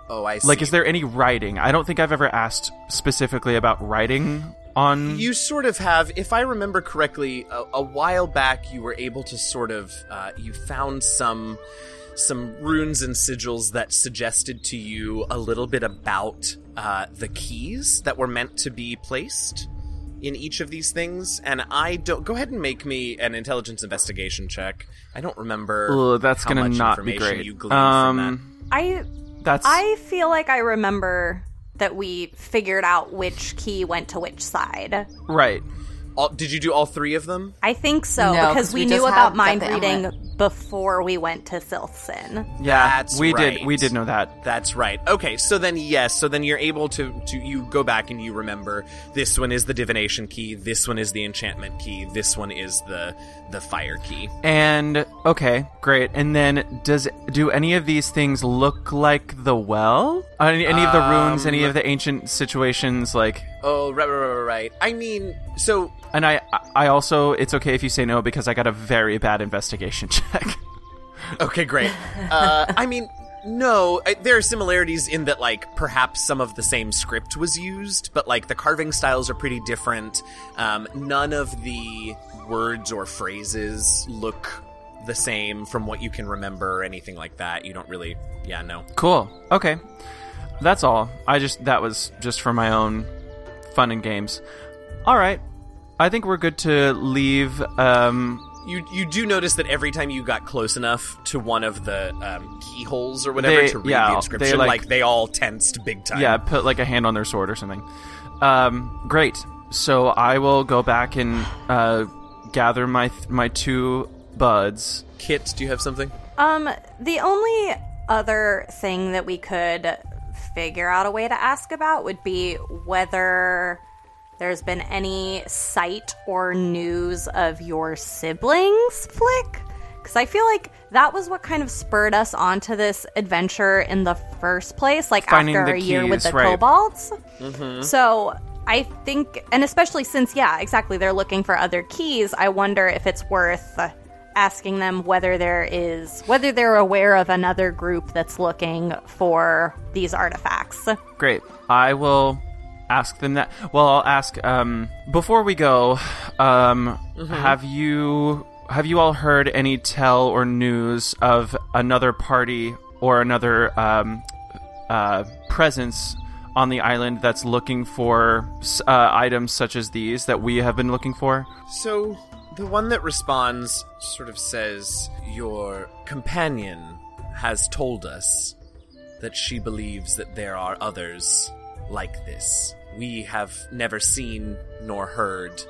[SPEAKER 1] oh i see
[SPEAKER 4] like is there any writing? I don't think I've ever asked specifically about writing on
[SPEAKER 1] you sort of have if i remember correctly a, a while back you were able to sort of uh, you found some some runes and sigils that suggested to you a little bit about uh, the keys that were meant to be placed in each of these things and i don't go ahead and make me an intelligence investigation check i don't remember
[SPEAKER 4] Ugh, that's
[SPEAKER 1] how
[SPEAKER 4] gonna
[SPEAKER 1] much
[SPEAKER 4] not be
[SPEAKER 1] information
[SPEAKER 4] great.
[SPEAKER 1] you gleaned from that.
[SPEAKER 4] um,
[SPEAKER 3] I
[SPEAKER 4] that's
[SPEAKER 3] I feel like I remember that we figured out which key went to which side.
[SPEAKER 4] right.
[SPEAKER 1] All, did you do all three of them
[SPEAKER 3] I think so
[SPEAKER 2] No,
[SPEAKER 3] because
[SPEAKER 2] 'cause
[SPEAKER 3] we,
[SPEAKER 2] we
[SPEAKER 3] knew
[SPEAKER 2] just
[SPEAKER 3] about
[SPEAKER 2] have- got
[SPEAKER 3] mind
[SPEAKER 2] the
[SPEAKER 3] reading
[SPEAKER 2] amulet.
[SPEAKER 3] before we went to Silson.
[SPEAKER 4] Yeah,
[SPEAKER 1] That's
[SPEAKER 4] we
[SPEAKER 1] right.
[SPEAKER 4] did we did know that.
[SPEAKER 1] That's right. Okay, so then yes, so then you're able to to you go back and you remember this one is the divination key, this one is the enchantment key, this one is the the fire key.
[SPEAKER 4] And okay, great. And then does do any of these things look like the well? Uh, Any, any of the runes, any
[SPEAKER 1] Um,
[SPEAKER 4] of the ancient situations like
[SPEAKER 1] Oh, right, right, right, right, right. I mean, so
[SPEAKER 4] And I, I also, it's okay if you say no because I got a very bad investigation check.
[SPEAKER 1] Okay, great. Uh, I mean, no, I, there are similarities in that, like, perhaps some of the same script was used, but, like, the carving styles are pretty different. Um, none of the words or phrases look the same from what you can remember or anything like that. You don't really, yeah, no.
[SPEAKER 4] cool. Okay, that's all. I just that was just for my own fun and games. All right, I think we're good to leave. Um,
[SPEAKER 1] You you do notice that every time you got close enough to one of the um, keyholes or whatever
[SPEAKER 4] They-
[SPEAKER 1] to read
[SPEAKER 4] yeah,
[SPEAKER 1] the
[SPEAKER 4] they,
[SPEAKER 1] inscription,
[SPEAKER 4] like-
[SPEAKER 1] like, they all tensed big time.
[SPEAKER 4] yeah, put like a hand on their sword or something. Um, great. So I will go back and uh, gather my my two buds.
[SPEAKER 1] Kit, do you have something?
[SPEAKER 3] Um, the only other thing that we could figure out a way to ask about would be whether there's been any sight or news of your siblings, Flick. Because I feel like that was what kind of spurred us onto this adventure in the first place, like
[SPEAKER 4] Finding
[SPEAKER 3] after
[SPEAKER 4] the
[SPEAKER 3] a year with
[SPEAKER 4] keys,
[SPEAKER 3] the
[SPEAKER 4] right.
[SPEAKER 3] kobolds. Mm-hmm. So I think, and especially since, yeah, exactly, they're looking for other keys. I wonder if it's worth uh, asking them whether there is, whether they're aware of another group that's looking for these artifacts.
[SPEAKER 4] Great. I will ask them that. Well, I'll ask um, before we go. Um, Have you have you all heard any tell or news of another party or another um, uh, presence on the island that's looking for s- uh, items such as these that we have been looking for?
[SPEAKER 1] So the one that responds sort of says, Your companion has told us that she believes that there are others like this. We have never seen nor heard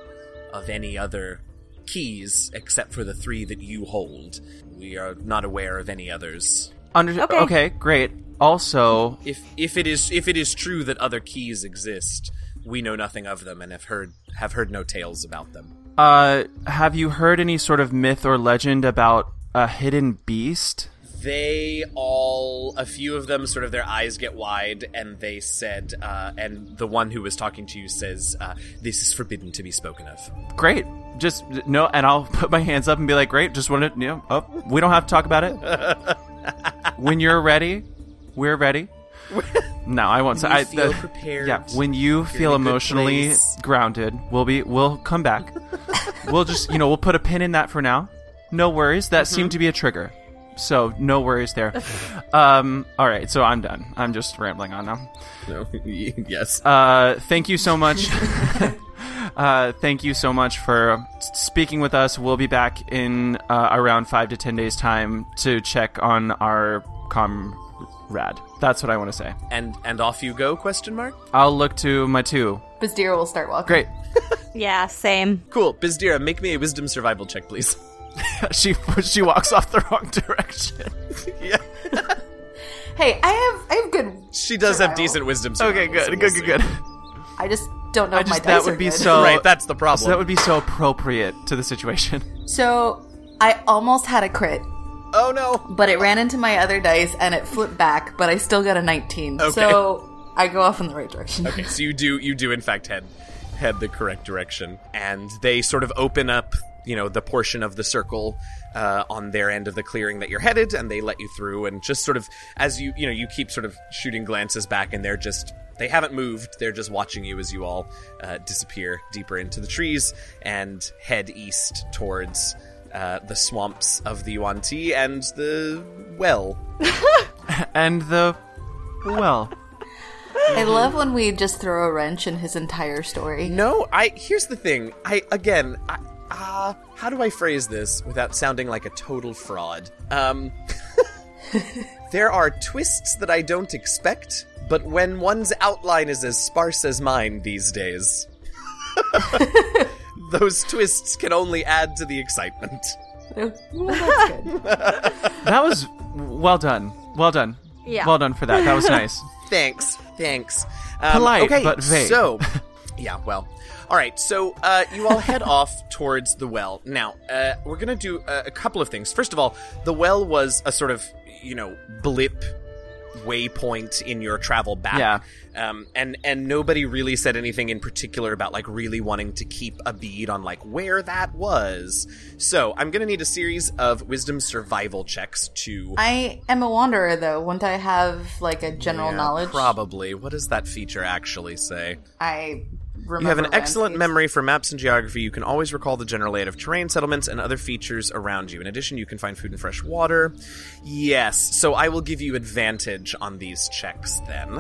[SPEAKER 1] of any other keys except for the three that you hold. We are not aware of any others.
[SPEAKER 4] Under-
[SPEAKER 3] Okay.
[SPEAKER 4] okay, great. Also,
[SPEAKER 1] If if it is if it is true that other keys exist, we know nothing of them and have heard have heard no tales about them.
[SPEAKER 4] Uh, have you heard any sort of myth or legend about a hidden beast?
[SPEAKER 1] they all a few of them sort of their eyes get wide and they said uh, and the one who was talking to you says uh, this is forbidden to be spoken of
[SPEAKER 4] Great. Just no, and I'll put my hands up and be like, "Great, just wanted you know, oh, we don't have to talk about it." when you're ready, we're ready. No, I won't say.
[SPEAKER 1] you
[SPEAKER 4] I,
[SPEAKER 1] feel prepared.
[SPEAKER 4] Yeah, when you feel
[SPEAKER 1] in a good
[SPEAKER 4] emotionally
[SPEAKER 1] place.
[SPEAKER 4] grounded, we'll be. We'll come back. we'll just, you know, we'll put a pin in that for now. No worries. That
[SPEAKER 1] Mm-hmm.
[SPEAKER 4] seemed to be a trigger, so no worries there. um, all right, so I'm done. I'm just rambling on now.
[SPEAKER 1] no yes
[SPEAKER 4] Uh, thank you so much. uh, thank you so much for speaking with us. We'll be back in uh, around five to ten days' time to check on our comrade. That's what I want to say.
[SPEAKER 1] and and off you go question mark
[SPEAKER 4] I'll look to my two.
[SPEAKER 2] Bazdira will start walking.
[SPEAKER 4] Great.
[SPEAKER 3] Yeah, same.
[SPEAKER 1] cool bizdira make me a wisdom survival check please
[SPEAKER 4] she she walks off the wrong direction.
[SPEAKER 2] Hey, I have I have good.
[SPEAKER 1] she does have
[SPEAKER 2] Survival.
[SPEAKER 1] decent wisdom survival, so we'll see.
[SPEAKER 2] I just don't know. if
[SPEAKER 4] just-
[SPEAKER 2] my dice
[SPEAKER 4] that would
[SPEAKER 2] are
[SPEAKER 4] be
[SPEAKER 2] good.
[SPEAKER 4] so-
[SPEAKER 1] right that's the problem
[SPEAKER 4] So that would be so appropriate to the situation.
[SPEAKER 2] So I almost had a crit,
[SPEAKER 1] oh no
[SPEAKER 2] but it ran into my other dice and it flipped back, but I still got a 19.
[SPEAKER 1] Okay.
[SPEAKER 2] So I go off in the right direction.
[SPEAKER 1] Okay, so you do you do in fact head head the correct direction, and they sort of open up, you know, the portion of the circle uh, on their end of the clearing that you're headed, and they let you through, and just sort of as you you know you keep sort of shooting glances back, and they're just they haven't moved, they're just watching you as you all uh, disappear deeper into the trees and head east towards. Uh, the swamps of the Yuan Ti and the well.
[SPEAKER 4] And the well,
[SPEAKER 2] I love when we just throw a wrench in his entire story.
[SPEAKER 1] No, I. Here's the thing. I again. I, uh, how do I phrase this without sounding like a total fraud? Um, there are twists that I don't expect, but when one's outline is as sparse as mine these days, those twists can only add to the excitement.
[SPEAKER 2] Well, that's good.
[SPEAKER 4] that was well done. Well done.
[SPEAKER 3] Yeah.
[SPEAKER 4] Well done for that. That was nice.
[SPEAKER 1] Thanks. Thanks. Um,
[SPEAKER 4] Polite,
[SPEAKER 1] okay,
[SPEAKER 4] but vague.
[SPEAKER 1] So, yeah, well. All right, so uh, you all head off towards the well. Now, uh, we're going to do a, a couple of things. First of all, the well was a sort of, you know, blip waypoint in your travel back.
[SPEAKER 4] Yeah.
[SPEAKER 1] Um, and and nobody really said anything in particular about like really wanting to keep a bead on like where that was. So I'm gonna need a series of wisdom survival checks to
[SPEAKER 2] I am a wanderer, though. Wouldn't I have like a general
[SPEAKER 1] Yeah,
[SPEAKER 2] knowledge?
[SPEAKER 1] Probably. What does that feature actually say?
[SPEAKER 2] I remember.
[SPEAKER 1] You have an excellent
[SPEAKER 2] landscapes.
[SPEAKER 1] memory for maps and geography. You can always recall the general layout of terrain, settlements, and other features around you. In addition, you can find food and fresh water. Yes, so I will give you advantage on these checks then,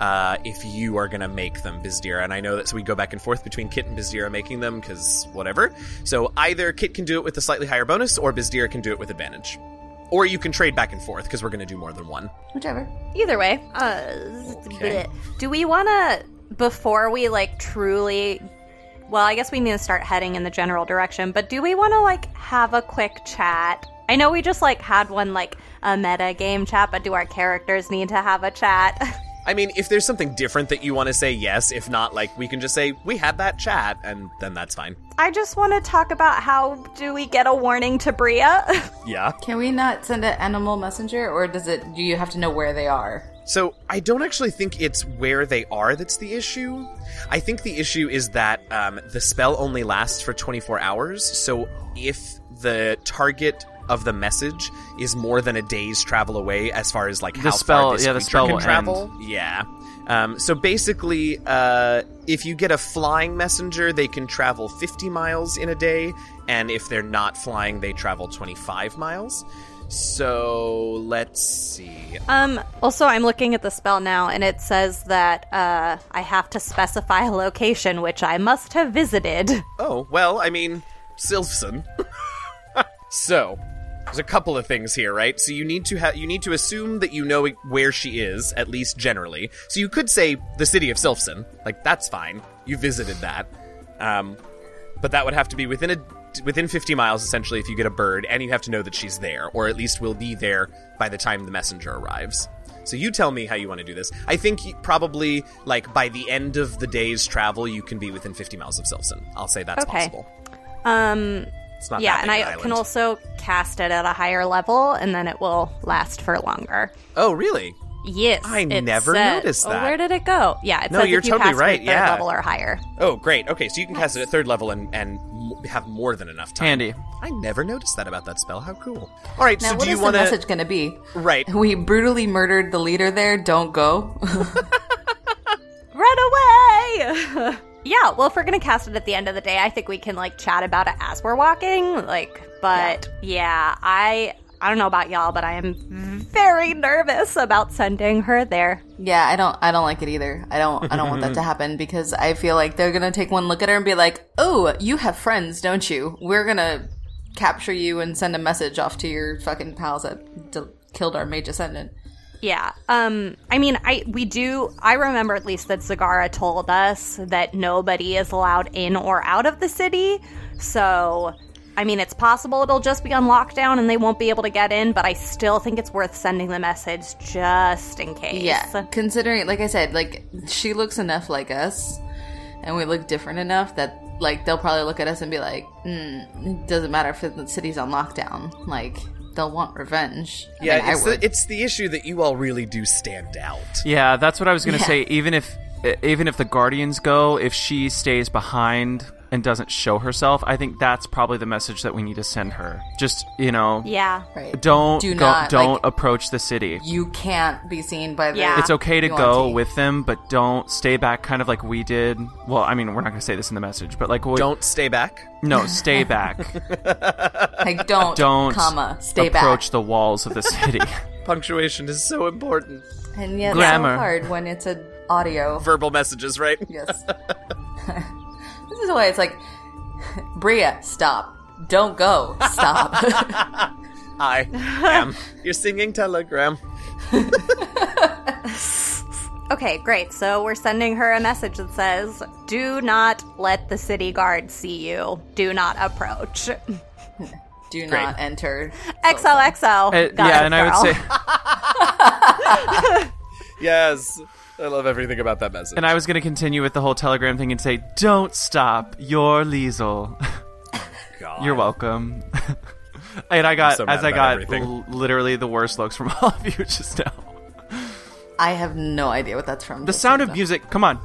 [SPEAKER 1] uh, if you are going to make them, Bizdira. And I know that so we go back and forth between Kit and Bizdira making them because whatever. So either Kit can do it with a slightly higher bonus, or Bizdira can do it with advantage. Or you can trade back and forth because we're going to do more than one.
[SPEAKER 2] Whichever.
[SPEAKER 3] Either way, uh, bleh. do we want to before we like truly? Well, I guess we need to start heading in the general direction, but do we want to like have a quick chat? I know we just like had one like a meta game chat, but do our characters need to have a chat?
[SPEAKER 1] I mean, if there's something different that you want to say, yes. If not, like, we can just say, we had that chat, and then that's fine.
[SPEAKER 3] I just want to talk about how do we get a warning to Bria?
[SPEAKER 1] Yeah.
[SPEAKER 2] Can we not send an animal messenger, or does it? Do you have to know where they are?
[SPEAKER 1] So, I don't actually think it's where they are that's the issue. I think the issue is that um, the spell only lasts for 24 hours, so if the target of the message is more than a day's travel away as far as like how
[SPEAKER 4] spell-
[SPEAKER 1] far this
[SPEAKER 4] yeah, the
[SPEAKER 1] creature
[SPEAKER 4] spell
[SPEAKER 1] can
[SPEAKER 4] will
[SPEAKER 1] travel yeah Um, so basically, uh, if you get a flying messenger, they can travel 50 miles in a day, and if they're not flying, they travel 25 miles. So let's see.
[SPEAKER 3] Um, also, I'm looking at the spell now, and it says that uh, I have to specify a location which I must have visited.
[SPEAKER 1] Oh, well, I mean, Silfson. so, there's a couple of things here, right? So you need to ha- you need to assume that you know where she is, at least generally. So you could say the city of Silfson, like that's fine. You visited that, um, but that would have to be within a within 50 miles essentially if you get a bird, and you have to know that she's there, or at least will be there by the time the messenger arrives. So you tell me how you want to do this. I think you- probably like by the end of the day's travel, you can be within 50 miles of Silfson. I'll say that's
[SPEAKER 3] Okay.
[SPEAKER 1] possible.
[SPEAKER 3] Um,
[SPEAKER 1] It's not
[SPEAKER 3] yeah,
[SPEAKER 1] that
[SPEAKER 3] and
[SPEAKER 1] big
[SPEAKER 3] I
[SPEAKER 1] an
[SPEAKER 3] can
[SPEAKER 1] island.
[SPEAKER 3] also cast it at a higher level, and then it will last for longer.
[SPEAKER 1] Oh, really?
[SPEAKER 3] Yes,
[SPEAKER 1] I
[SPEAKER 3] it
[SPEAKER 1] never
[SPEAKER 3] said-
[SPEAKER 1] noticed
[SPEAKER 3] Oh,
[SPEAKER 1] that.
[SPEAKER 3] where did it go? Yeah, it
[SPEAKER 1] No,
[SPEAKER 3] says
[SPEAKER 1] you're
[SPEAKER 3] if you
[SPEAKER 1] totally
[SPEAKER 3] cast
[SPEAKER 1] right,
[SPEAKER 3] it at
[SPEAKER 1] yeah.
[SPEAKER 3] third level or higher.
[SPEAKER 1] Oh, great. Okay, so you can cast it at third level and and m- have more than enough time.
[SPEAKER 4] Handy.
[SPEAKER 1] I never noticed that about that spell. How cool! All right,
[SPEAKER 2] Now,
[SPEAKER 1] so
[SPEAKER 2] what
[SPEAKER 1] do
[SPEAKER 2] is
[SPEAKER 1] you want
[SPEAKER 2] the
[SPEAKER 1] to?
[SPEAKER 2] message going to be?
[SPEAKER 1] Right.
[SPEAKER 2] We brutally murdered the leader there. Don't go.
[SPEAKER 3] Run away! yeah, well, if we're gonna cast it at the end of the day, I think we can like chat about it as we're walking. Like, but yeah, I I don't know about y'all, but I am very nervous about sending her there.
[SPEAKER 2] yeah, I don't. I don't like it either. I don't. I don't want that to happen because I feel like they're gonna take one look at her and be like, "Oh, you have friends, don't you? We're gonna capture you and send a message off to your fucking pals that d- killed our mage ascendant."
[SPEAKER 3] Yeah. Um I mean I we do I remember at least that Zagara told us that nobody is allowed in or out of the city. So I mean it's possible it'll just be on lockdown and they won't be able to get in, but I still think it's worth sending the message just in case.
[SPEAKER 2] Yeah, considering, like I said, like she looks enough like us, and we look different enough that like they'll probably look at us and be like, mm, it "Doesn't matter if the city's on lockdown." Like they'll want revenge. I
[SPEAKER 1] Yeah,
[SPEAKER 2] mean, I
[SPEAKER 1] it's,
[SPEAKER 2] would.
[SPEAKER 1] the, it's the issue that you all really do stand out.
[SPEAKER 4] Yeah, that's what I was gonna
[SPEAKER 2] Yeah.
[SPEAKER 4] say. Even if e, even if the guardians go, if she stays behind and doesn't show herself, I think that's probably the message that we need to send her. Just you know,
[SPEAKER 3] Yeah.
[SPEAKER 2] right.
[SPEAKER 4] don't
[SPEAKER 2] Do
[SPEAKER 4] go-
[SPEAKER 2] not,
[SPEAKER 4] don't
[SPEAKER 2] like-
[SPEAKER 4] approach the city.
[SPEAKER 2] you can't be seen by the.
[SPEAKER 3] Yeah.
[SPEAKER 4] It's okay to
[SPEAKER 2] You
[SPEAKER 4] go
[SPEAKER 2] auntie.
[SPEAKER 4] with them, but don't stay back. Kind of like we did. Well, I mean, we're not gonna say this in the message, but like, we,
[SPEAKER 1] Don't stay back.
[SPEAKER 4] no, stay back.
[SPEAKER 2] Like don't,
[SPEAKER 4] don't
[SPEAKER 2] comma, stay
[SPEAKER 4] approach
[SPEAKER 2] back.
[SPEAKER 4] the walls of the city.
[SPEAKER 1] Punctuation is so important.
[SPEAKER 2] and yet,
[SPEAKER 4] Grammar.
[SPEAKER 2] so hard when it's an audio.
[SPEAKER 1] Verbal messages, right?
[SPEAKER 2] yes. this is why it's like, Bria, stop. Don't go. Stop.
[SPEAKER 1] I am. You're singing telegram.
[SPEAKER 3] Okay, great. So we're sending her a message that says, "Do not let the city guard see you. Do not approach."
[SPEAKER 2] Do
[SPEAKER 1] Great.
[SPEAKER 2] not enter.
[SPEAKER 3] XOXO.
[SPEAKER 4] Uh,
[SPEAKER 3] Got
[SPEAKER 4] yeah,
[SPEAKER 3] it,
[SPEAKER 4] and I
[SPEAKER 3] girl.
[SPEAKER 4] would say.
[SPEAKER 1] Yes, I love everything about that message.
[SPEAKER 4] And I was going to continue with the whole Telegram thing and say, don't stop. You're Liesel.
[SPEAKER 1] God.
[SPEAKER 4] You're welcome. and I got,
[SPEAKER 1] so mad
[SPEAKER 4] as I
[SPEAKER 1] about
[SPEAKER 4] got
[SPEAKER 1] everything.
[SPEAKER 4] l- literally the worst looks from all of you just now.
[SPEAKER 2] I have no idea what that's from.
[SPEAKER 4] The sound of music, come on.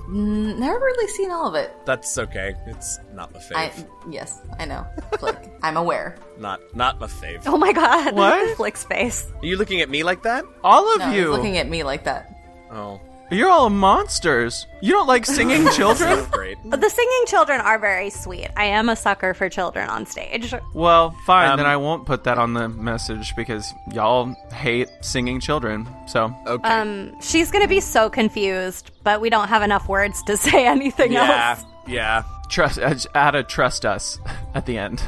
[SPEAKER 2] Never really seen all of it.
[SPEAKER 1] That's okay. It's not my fave.
[SPEAKER 2] I yes, I know. Like I'm aware.
[SPEAKER 1] Not not my fave.
[SPEAKER 3] Oh my god.
[SPEAKER 4] What?
[SPEAKER 3] Flick's face.
[SPEAKER 1] Are you looking at me like that?
[SPEAKER 4] All of
[SPEAKER 2] No, he's
[SPEAKER 4] you.
[SPEAKER 2] looking at me like that.
[SPEAKER 1] Oh,
[SPEAKER 4] You're all monsters. You don't like singing children?
[SPEAKER 1] great.
[SPEAKER 3] The singing children are very sweet. I am a sucker for children on stage.
[SPEAKER 4] well, fine.
[SPEAKER 1] Um,
[SPEAKER 4] then I won't put that on the message because y'all hate singing children. So,
[SPEAKER 1] Okay.
[SPEAKER 3] Um, she's gonna be so confused, but we don't have enough words to say anything
[SPEAKER 1] yeah,
[SPEAKER 3] else.
[SPEAKER 1] yeah.
[SPEAKER 4] trust, uh, add a trust us at the end.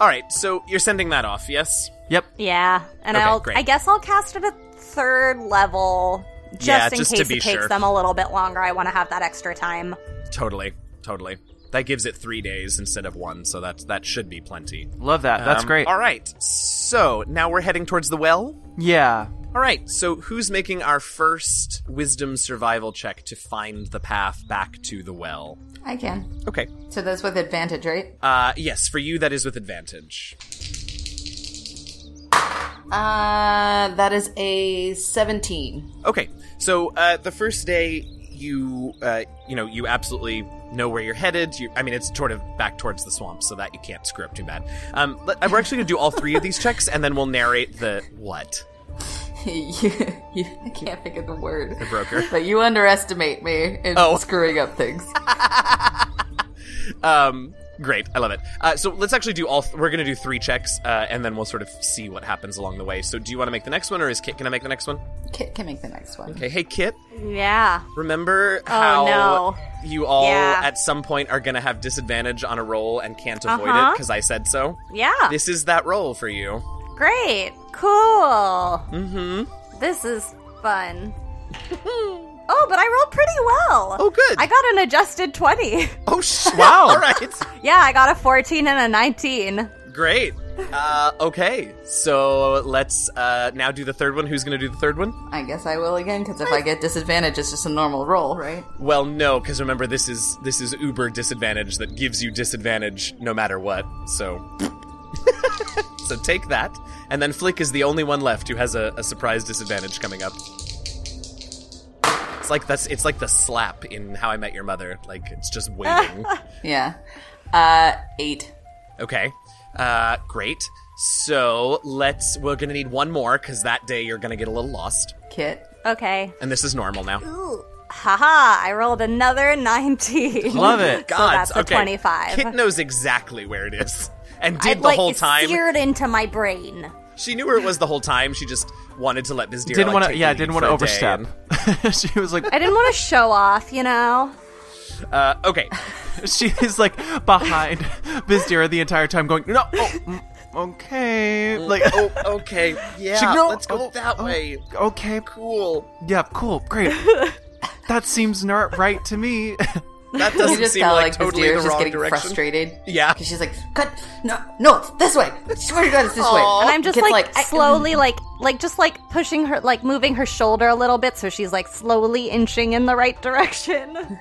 [SPEAKER 1] All right. So you're sending that off, yes?
[SPEAKER 4] yep.
[SPEAKER 3] Yeah, and
[SPEAKER 1] Okay,
[SPEAKER 3] I'll.
[SPEAKER 1] great.
[SPEAKER 3] I guess I'll cast it at third level, just
[SPEAKER 1] Yeah,
[SPEAKER 3] in
[SPEAKER 1] just to
[SPEAKER 3] case
[SPEAKER 1] be
[SPEAKER 3] it takes
[SPEAKER 1] sure.
[SPEAKER 3] them a little bit longer. I want to have that extra time.
[SPEAKER 1] Totally, totally. That gives it three days instead of one, so that that should be plenty.
[SPEAKER 4] Love that. That's
[SPEAKER 1] Um,
[SPEAKER 4] great.
[SPEAKER 1] All right, so now we're heading towards the well.
[SPEAKER 4] Yeah.
[SPEAKER 1] All right, so who's making our first wisdom survival check to find the path back to the well?
[SPEAKER 2] I can.
[SPEAKER 1] Okay.
[SPEAKER 2] So that's with advantage, right?
[SPEAKER 1] Uh, yes, for you that is with advantage.
[SPEAKER 2] Uh that is a seventeen.
[SPEAKER 1] Okay, so uh, the first day you uh, you know you absolutely know where you're headed. You, I mean, it's sort of back towards the swamp, so that you can't screw up too bad. Um, let- we're actually gonna do all three of these checks, and then we'll narrate the what.
[SPEAKER 2] you, you, I can't think of the word.
[SPEAKER 1] The broker.
[SPEAKER 2] But you underestimate me in
[SPEAKER 1] Oh.
[SPEAKER 2] screwing up things.
[SPEAKER 1] Um, great, I love it. Uh, so let's actually do all. Th- we're gonna do three checks, uh, and then we'll sort of see what happens along the way. So, do you want to make the next one, or is Kit? Can I make the next one?
[SPEAKER 2] Kit can make the next one.
[SPEAKER 1] Okay, hey Kit,
[SPEAKER 3] Yeah.
[SPEAKER 1] remember how
[SPEAKER 3] Oh, no.
[SPEAKER 1] you all
[SPEAKER 3] Yeah.
[SPEAKER 1] at some point are gonna have disadvantage on a roll and can't avoid it
[SPEAKER 3] Uh-huh.
[SPEAKER 1] because I said so.
[SPEAKER 3] Yeah.
[SPEAKER 1] This is that roll for you.
[SPEAKER 3] Great. Cool. Mm-hmm. This is fun. oh, but I rolled pretty well.
[SPEAKER 1] Oh, good.
[SPEAKER 3] I got an adjusted 20.
[SPEAKER 1] Oh, sh- wow! all right,
[SPEAKER 3] yeah, I got a 14 and a 19.
[SPEAKER 1] great. Uh, okay, so let's uh, now do the third one. Who's gonna do the third one?
[SPEAKER 2] I guess I will again, because if I get disadvantage, it's just a normal roll, right?
[SPEAKER 1] Well, no, because remember this is this is uber disadvantage that gives you disadvantage no matter what. So, so take that, and then Flick is the only one left who has a, a surprise disadvantage coming up. It's like that's it's like the slap in How I Met Your Mother. Like it's just waiting.
[SPEAKER 2] Yeah. Uh, eight.
[SPEAKER 1] okay, uh, great. So let's we're gonna need one more because that day you're gonna get a little lost,
[SPEAKER 2] Kit.
[SPEAKER 3] Okay.
[SPEAKER 1] and this is normal now.
[SPEAKER 3] Haha, I rolled another 19.
[SPEAKER 4] Love it.
[SPEAKER 3] So that's a
[SPEAKER 1] okay.
[SPEAKER 3] 25.
[SPEAKER 1] Kit knows exactly where it is. And did
[SPEAKER 3] It,
[SPEAKER 1] the
[SPEAKER 3] like,
[SPEAKER 1] whole
[SPEAKER 3] is
[SPEAKER 1] time.
[SPEAKER 3] seared into my brain.
[SPEAKER 1] She knew where it was the whole time. She just wanted to let Biz Deer.
[SPEAKER 4] Didn't
[SPEAKER 1] want
[SPEAKER 4] want to. Yeah, didn't want to overstep. she was like,
[SPEAKER 3] I didn't want to show off, you know?
[SPEAKER 1] Uh, okay,
[SPEAKER 4] she's like behind Bizdira the entire time, going, no, oh, mm, okay, like,
[SPEAKER 1] oh, okay, yeah.
[SPEAKER 4] She- no,
[SPEAKER 1] let's go
[SPEAKER 4] oh,
[SPEAKER 1] that
[SPEAKER 4] oh,
[SPEAKER 1] way.
[SPEAKER 4] okay,
[SPEAKER 1] Cool.
[SPEAKER 4] yeah, cool, great. That seems not right to me.
[SPEAKER 1] That
[SPEAKER 2] You
[SPEAKER 1] doesn't
[SPEAKER 2] just
[SPEAKER 1] seem
[SPEAKER 2] tell,
[SPEAKER 1] like
[SPEAKER 2] like, this
[SPEAKER 1] totally
[SPEAKER 2] deer
[SPEAKER 1] the
[SPEAKER 2] is just
[SPEAKER 1] wrong
[SPEAKER 2] getting
[SPEAKER 1] direction.
[SPEAKER 2] frustrated.
[SPEAKER 1] Yeah.
[SPEAKER 2] Because she's like, cut, no, no, it's this way. I swear to God, it's this way.
[SPEAKER 1] Oh,
[SPEAKER 3] And I'm just
[SPEAKER 2] Kit's
[SPEAKER 3] like,
[SPEAKER 1] "Mm."
[SPEAKER 2] I-
[SPEAKER 3] slowly like like just like pushing her like moving her shoulder a little bit so she's like slowly inching in the right direction.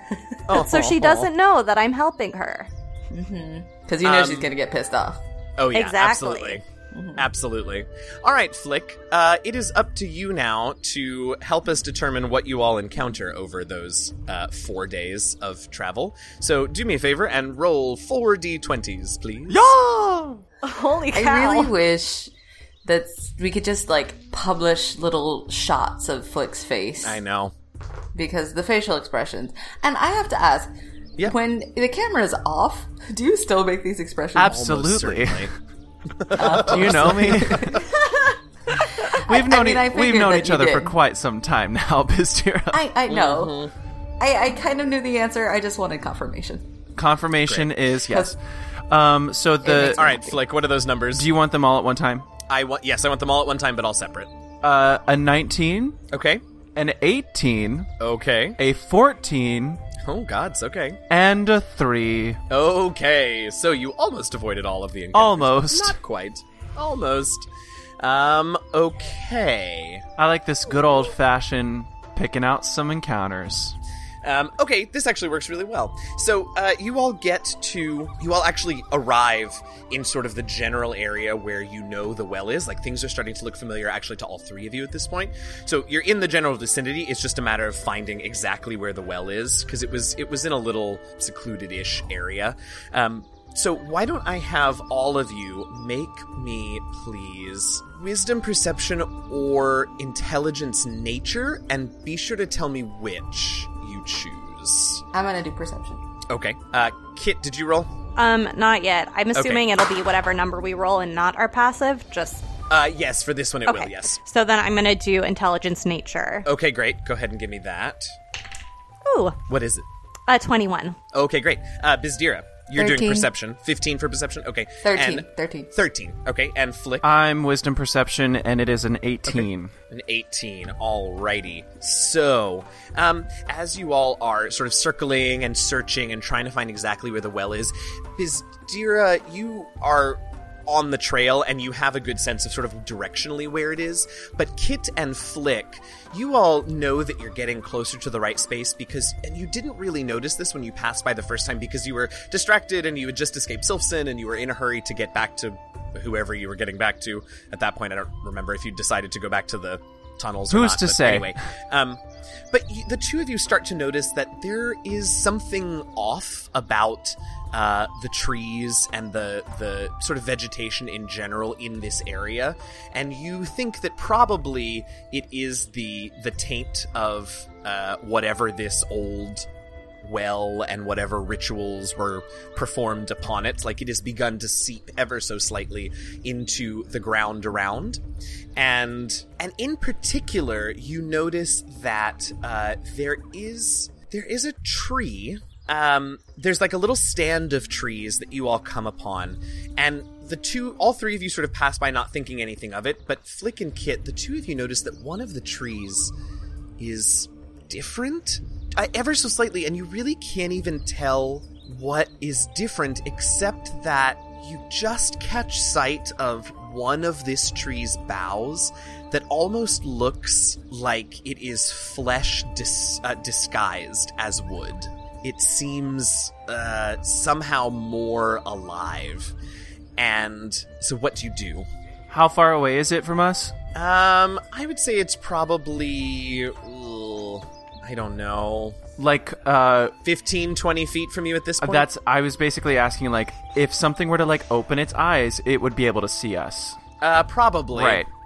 [SPEAKER 1] Oh,
[SPEAKER 3] so she doesn't know that I'm helping her.
[SPEAKER 2] Because you know
[SPEAKER 1] Um,
[SPEAKER 2] she's gonna get pissed off.
[SPEAKER 1] Oh yeah,
[SPEAKER 3] Exactly.
[SPEAKER 1] absolutely. Absolutely. All right, Flick. Uh, it is up to you now to help us determine what you all encounter over those uh, four days of travel. So do me a favor and roll four d20s, please.
[SPEAKER 4] yeah,
[SPEAKER 3] Holy cow.
[SPEAKER 2] I really wish that we could just like publish little shots of Flick's face
[SPEAKER 1] I know.
[SPEAKER 2] because the facial expressions. And I have to ask,
[SPEAKER 1] Yeah.
[SPEAKER 2] when the camera is off, do you still make these expressions?
[SPEAKER 1] Almost
[SPEAKER 4] absolutely.
[SPEAKER 1] certainly.
[SPEAKER 4] Do you know me? We've known,
[SPEAKER 2] mean,
[SPEAKER 4] e-
[SPEAKER 2] I
[SPEAKER 4] we've
[SPEAKER 2] figured
[SPEAKER 4] known
[SPEAKER 2] that
[SPEAKER 4] each
[SPEAKER 2] you
[SPEAKER 4] other for
[SPEAKER 2] did.
[SPEAKER 4] quite some time now, Bizdira.
[SPEAKER 2] I, I know.
[SPEAKER 1] Mm-hmm.
[SPEAKER 2] I, I kind of knew the answer. I just wanted confirmation.
[SPEAKER 4] Confirmation is yes. Um, so the
[SPEAKER 2] makes-
[SPEAKER 1] All right, Flick. What are those numbers?
[SPEAKER 4] do you want them all at one time?
[SPEAKER 1] I want yes, I want them all at one time, but all separate.
[SPEAKER 4] Uh, a nineteen,
[SPEAKER 1] Okay.
[SPEAKER 4] an eighteen,
[SPEAKER 1] Okay.
[SPEAKER 4] a fourteen,
[SPEAKER 1] Oh gods, okay.
[SPEAKER 4] and a three.
[SPEAKER 1] Okay. So you almost avoided all of the encounters.
[SPEAKER 4] Almost.
[SPEAKER 1] Not quite. Almost. Um, okay.
[SPEAKER 4] I like this good old fashioned picking out some encounters.
[SPEAKER 1] Um, okay, this actually works really well. So uh, you all get to, you all actually arrive in sort of the general area where you know the well is. Like things are starting to look familiar actually to all three of you at this point. So you're in the general vicinity. It's just a matter of finding exactly where the well is because it was it was in a little secluded-ish area. Um, so why don't I have all of you make me please wisdom perception or intelligence nature and be sure to tell me which you choose.
[SPEAKER 2] I'm gonna do perception.
[SPEAKER 1] Okay. Uh Kit, did you roll?
[SPEAKER 3] Um not yet. I'm assuming it'll be whatever number we roll and not our passive, just
[SPEAKER 1] Uh yes, for this one it
[SPEAKER 3] okay.
[SPEAKER 1] will, yes.
[SPEAKER 3] So then I'm going to do intelligence nature.
[SPEAKER 1] Okay, great. Go ahead and give me that.
[SPEAKER 3] Ooh,
[SPEAKER 1] What is it?
[SPEAKER 3] a 21.
[SPEAKER 1] Okay, great. Uh Bizdira, you're doing
[SPEAKER 2] 13.
[SPEAKER 1] perception. 15 for perception. Okay.
[SPEAKER 2] 13.
[SPEAKER 1] And
[SPEAKER 2] 13.
[SPEAKER 1] 13. Okay, and Flick
[SPEAKER 4] I'm wisdom perception, and it is an eighteen.
[SPEAKER 1] An 18. Alrighty. So, um, as you all are sort of circling and searching and trying to find exactly where the well is, Bizdira, you are on the trail and you have a good sense of sort of directionally where it is. But Kit and Flick, you all know that you're getting closer to the right space because, and you didn't really notice this when you passed by the first time because you were distracted and you had just escaped Sylphson and you were in a hurry to get back to whoever you were getting back to at that point. I don't remember if you decided to go back to the tunnels. or
[SPEAKER 4] Who's
[SPEAKER 1] not,
[SPEAKER 4] to
[SPEAKER 1] but
[SPEAKER 4] say?
[SPEAKER 1] Anyway, um, but y- the two of you start to notice that there is something off about uh, the trees and the the sort of vegetation in general in this area, and you think that probably it is the the taint of uh, whatever this old well and whatever rituals were performed upon it. Like it has begun to seep ever so slightly into the ground around. And and in particular, you notice that uh, there is there is a tree. Um, there's like a little stand of trees that you all come upon, and the two, all three of you, sort of pass by, not thinking anything of it. But Flick and Kit, the two of you notice that one of the trees is different uh, ever so slightly and you really can't even tell what is different except that you just catch sight of one of this tree's boughs that almost looks like it is flesh dis- uh, disguised as wood it seems uh, somehow more alive and so what do you do
[SPEAKER 4] How far away is it from us?
[SPEAKER 1] um, I would say it's probably. ugh, I don't know.
[SPEAKER 4] Like, uh,
[SPEAKER 1] 15, 20 feet from you at this point?
[SPEAKER 4] that's. I was basically asking, like, if something were to, like, open its eyes, it would be able to see us.
[SPEAKER 1] Uh, probably.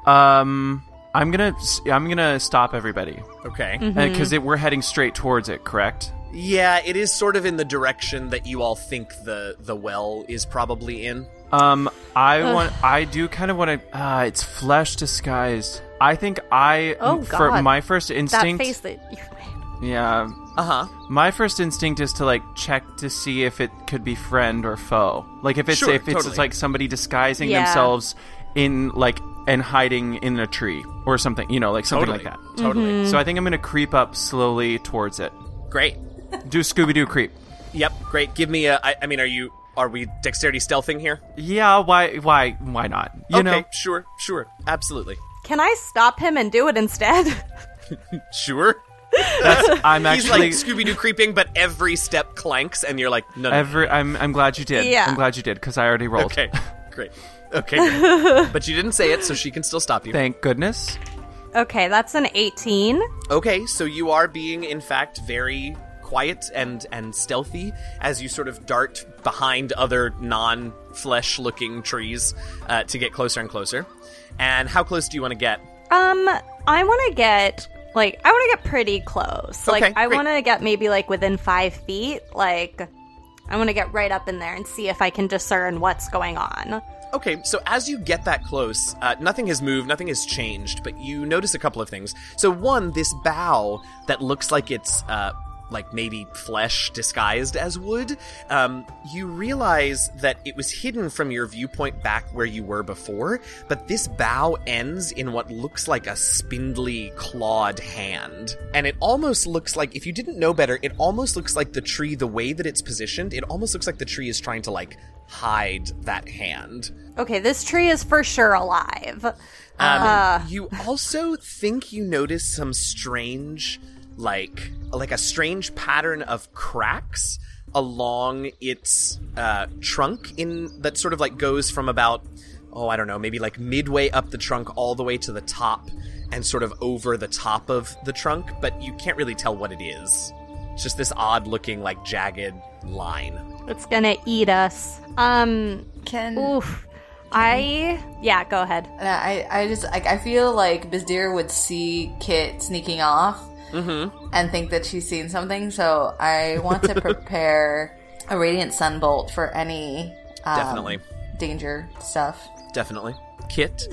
[SPEAKER 4] Um, I'm gonna. s- I'm gonna stop everybody.
[SPEAKER 1] Okay.
[SPEAKER 4] Because we're heading straight towards it, correct?
[SPEAKER 1] Yeah, it is sort of in the direction that you all think the, the well is probably in.
[SPEAKER 4] Um, I want. I do kind of want to. Uh, it's flesh disguised. I think I.
[SPEAKER 3] Oh,
[SPEAKER 4] For
[SPEAKER 3] God.
[SPEAKER 4] my first
[SPEAKER 3] That
[SPEAKER 4] instinct.
[SPEAKER 3] face that you made.
[SPEAKER 4] Yeah.
[SPEAKER 1] Uh huh.
[SPEAKER 4] My first instinct is to like check to see if it could be friend or foe. Like if it's
[SPEAKER 1] Sure,
[SPEAKER 4] if it's
[SPEAKER 1] totally.
[SPEAKER 4] like somebody disguising
[SPEAKER 3] Yeah.
[SPEAKER 4] themselves in like and hiding in a tree or something. You know, like something
[SPEAKER 1] Totally.
[SPEAKER 4] like that.
[SPEAKER 1] Totally.
[SPEAKER 4] So
[SPEAKER 3] Mm.
[SPEAKER 4] I think I'm gonna creep up slowly towards it.
[SPEAKER 1] Great.
[SPEAKER 4] Do Scooby Doo creep?
[SPEAKER 1] Yep, great. Give me a. I, I mean, are you. Are we dexterity stealthing here?
[SPEAKER 4] Yeah. Why? Why? Why not? You
[SPEAKER 1] okay,
[SPEAKER 4] know.
[SPEAKER 1] sure, sure. Absolutely.
[SPEAKER 3] Can I stop him and do it instead?
[SPEAKER 1] Sure.
[SPEAKER 4] I'm
[SPEAKER 1] He's
[SPEAKER 4] actually.
[SPEAKER 1] like Scooby Doo creeping, but every step clanks, and you're like, no, no,
[SPEAKER 4] Every, I'm, I'm glad you did.
[SPEAKER 3] Yeah.
[SPEAKER 4] I'm glad you did because I already rolled.
[SPEAKER 1] Okay, great. Okay, great. but you didn't say it, so she can still stop you.
[SPEAKER 4] Thank goodness.
[SPEAKER 3] okay, that's an 18.
[SPEAKER 1] Okay, so you are being, in fact, very quiet and and stealthy as you sort of dart behind other non-flesh-looking trees uh, to get closer and closer. And how close do you want to get?
[SPEAKER 3] Um, I want to get like I want to get pretty close. Like
[SPEAKER 1] Okay,
[SPEAKER 3] I
[SPEAKER 1] great.
[SPEAKER 3] want to get maybe like within five feet. Like I want to get right up in there and see if I can discern what's going on.
[SPEAKER 1] Okay, so as you get that close, uh, nothing has moved, nothing has changed, but you notice a couple of things. So one, this bough that looks like it's uh, like maybe flesh disguised as wood. Um, you realize that it was hidden from your viewpoint back where you were before, but this bough ends in what looks like a spindly clawed hand, and it almost looks like if you didn't know better, it almost looks like the tree. The way that it's positioned, it almost looks like the tree is trying to like hide that hand.
[SPEAKER 3] Okay, this tree is for sure alive.
[SPEAKER 1] Um, you also think you notice some strange, like like a strange pattern of cracks along its uh, trunk in that sort of like goes from about oh I don't know maybe like midway up the trunk all the way to the top and sort of over the top of the trunk, but you can't really tell what it is. It's just this odd looking like jagged line.
[SPEAKER 3] It's gonna eat us. Um,
[SPEAKER 2] Can
[SPEAKER 3] oof. I yeah, go ahead.
[SPEAKER 2] And I, I just like I feel like Bizdir would see Kit sneaking off
[SPEAKER 4] Mm-hmm.
[SPEAKER 2] and think that she's seen something. So I want to prepare a radiant sunbolt for any um,
[SPEAKER 1] Definitely.
[SPEAKER 2] danger stuff.
[SPEAKER 1] Definitely, Kit.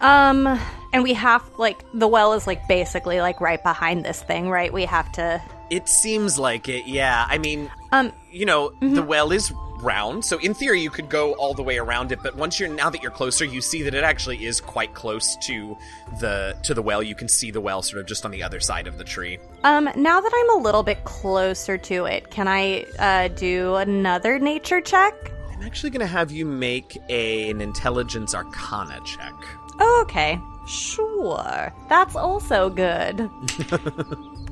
[SPEAKER 3] Um, and we have like the well is like basically like right behind this thing, right? We have to.
[SPEAKER 1] It seems like it, yeah. I mean,
[SPEAKER 3] Um,
[SPEAKER 1] you know, the well is round, so in theory you could go all the way around it, but once you're now that you're closer, you see that it actually is quite close to the to the well. You can see the well sort of just on the other side of the tree.
[SPEAKER 3] Um, now that I'm a little bit closer to it, can I uh, do another nature check?
[SPEAKER 1] I'm actually going to have you make a, an intelligence arcana check.
[SPEAKER 3] Oh, okay. Sure. That's also good.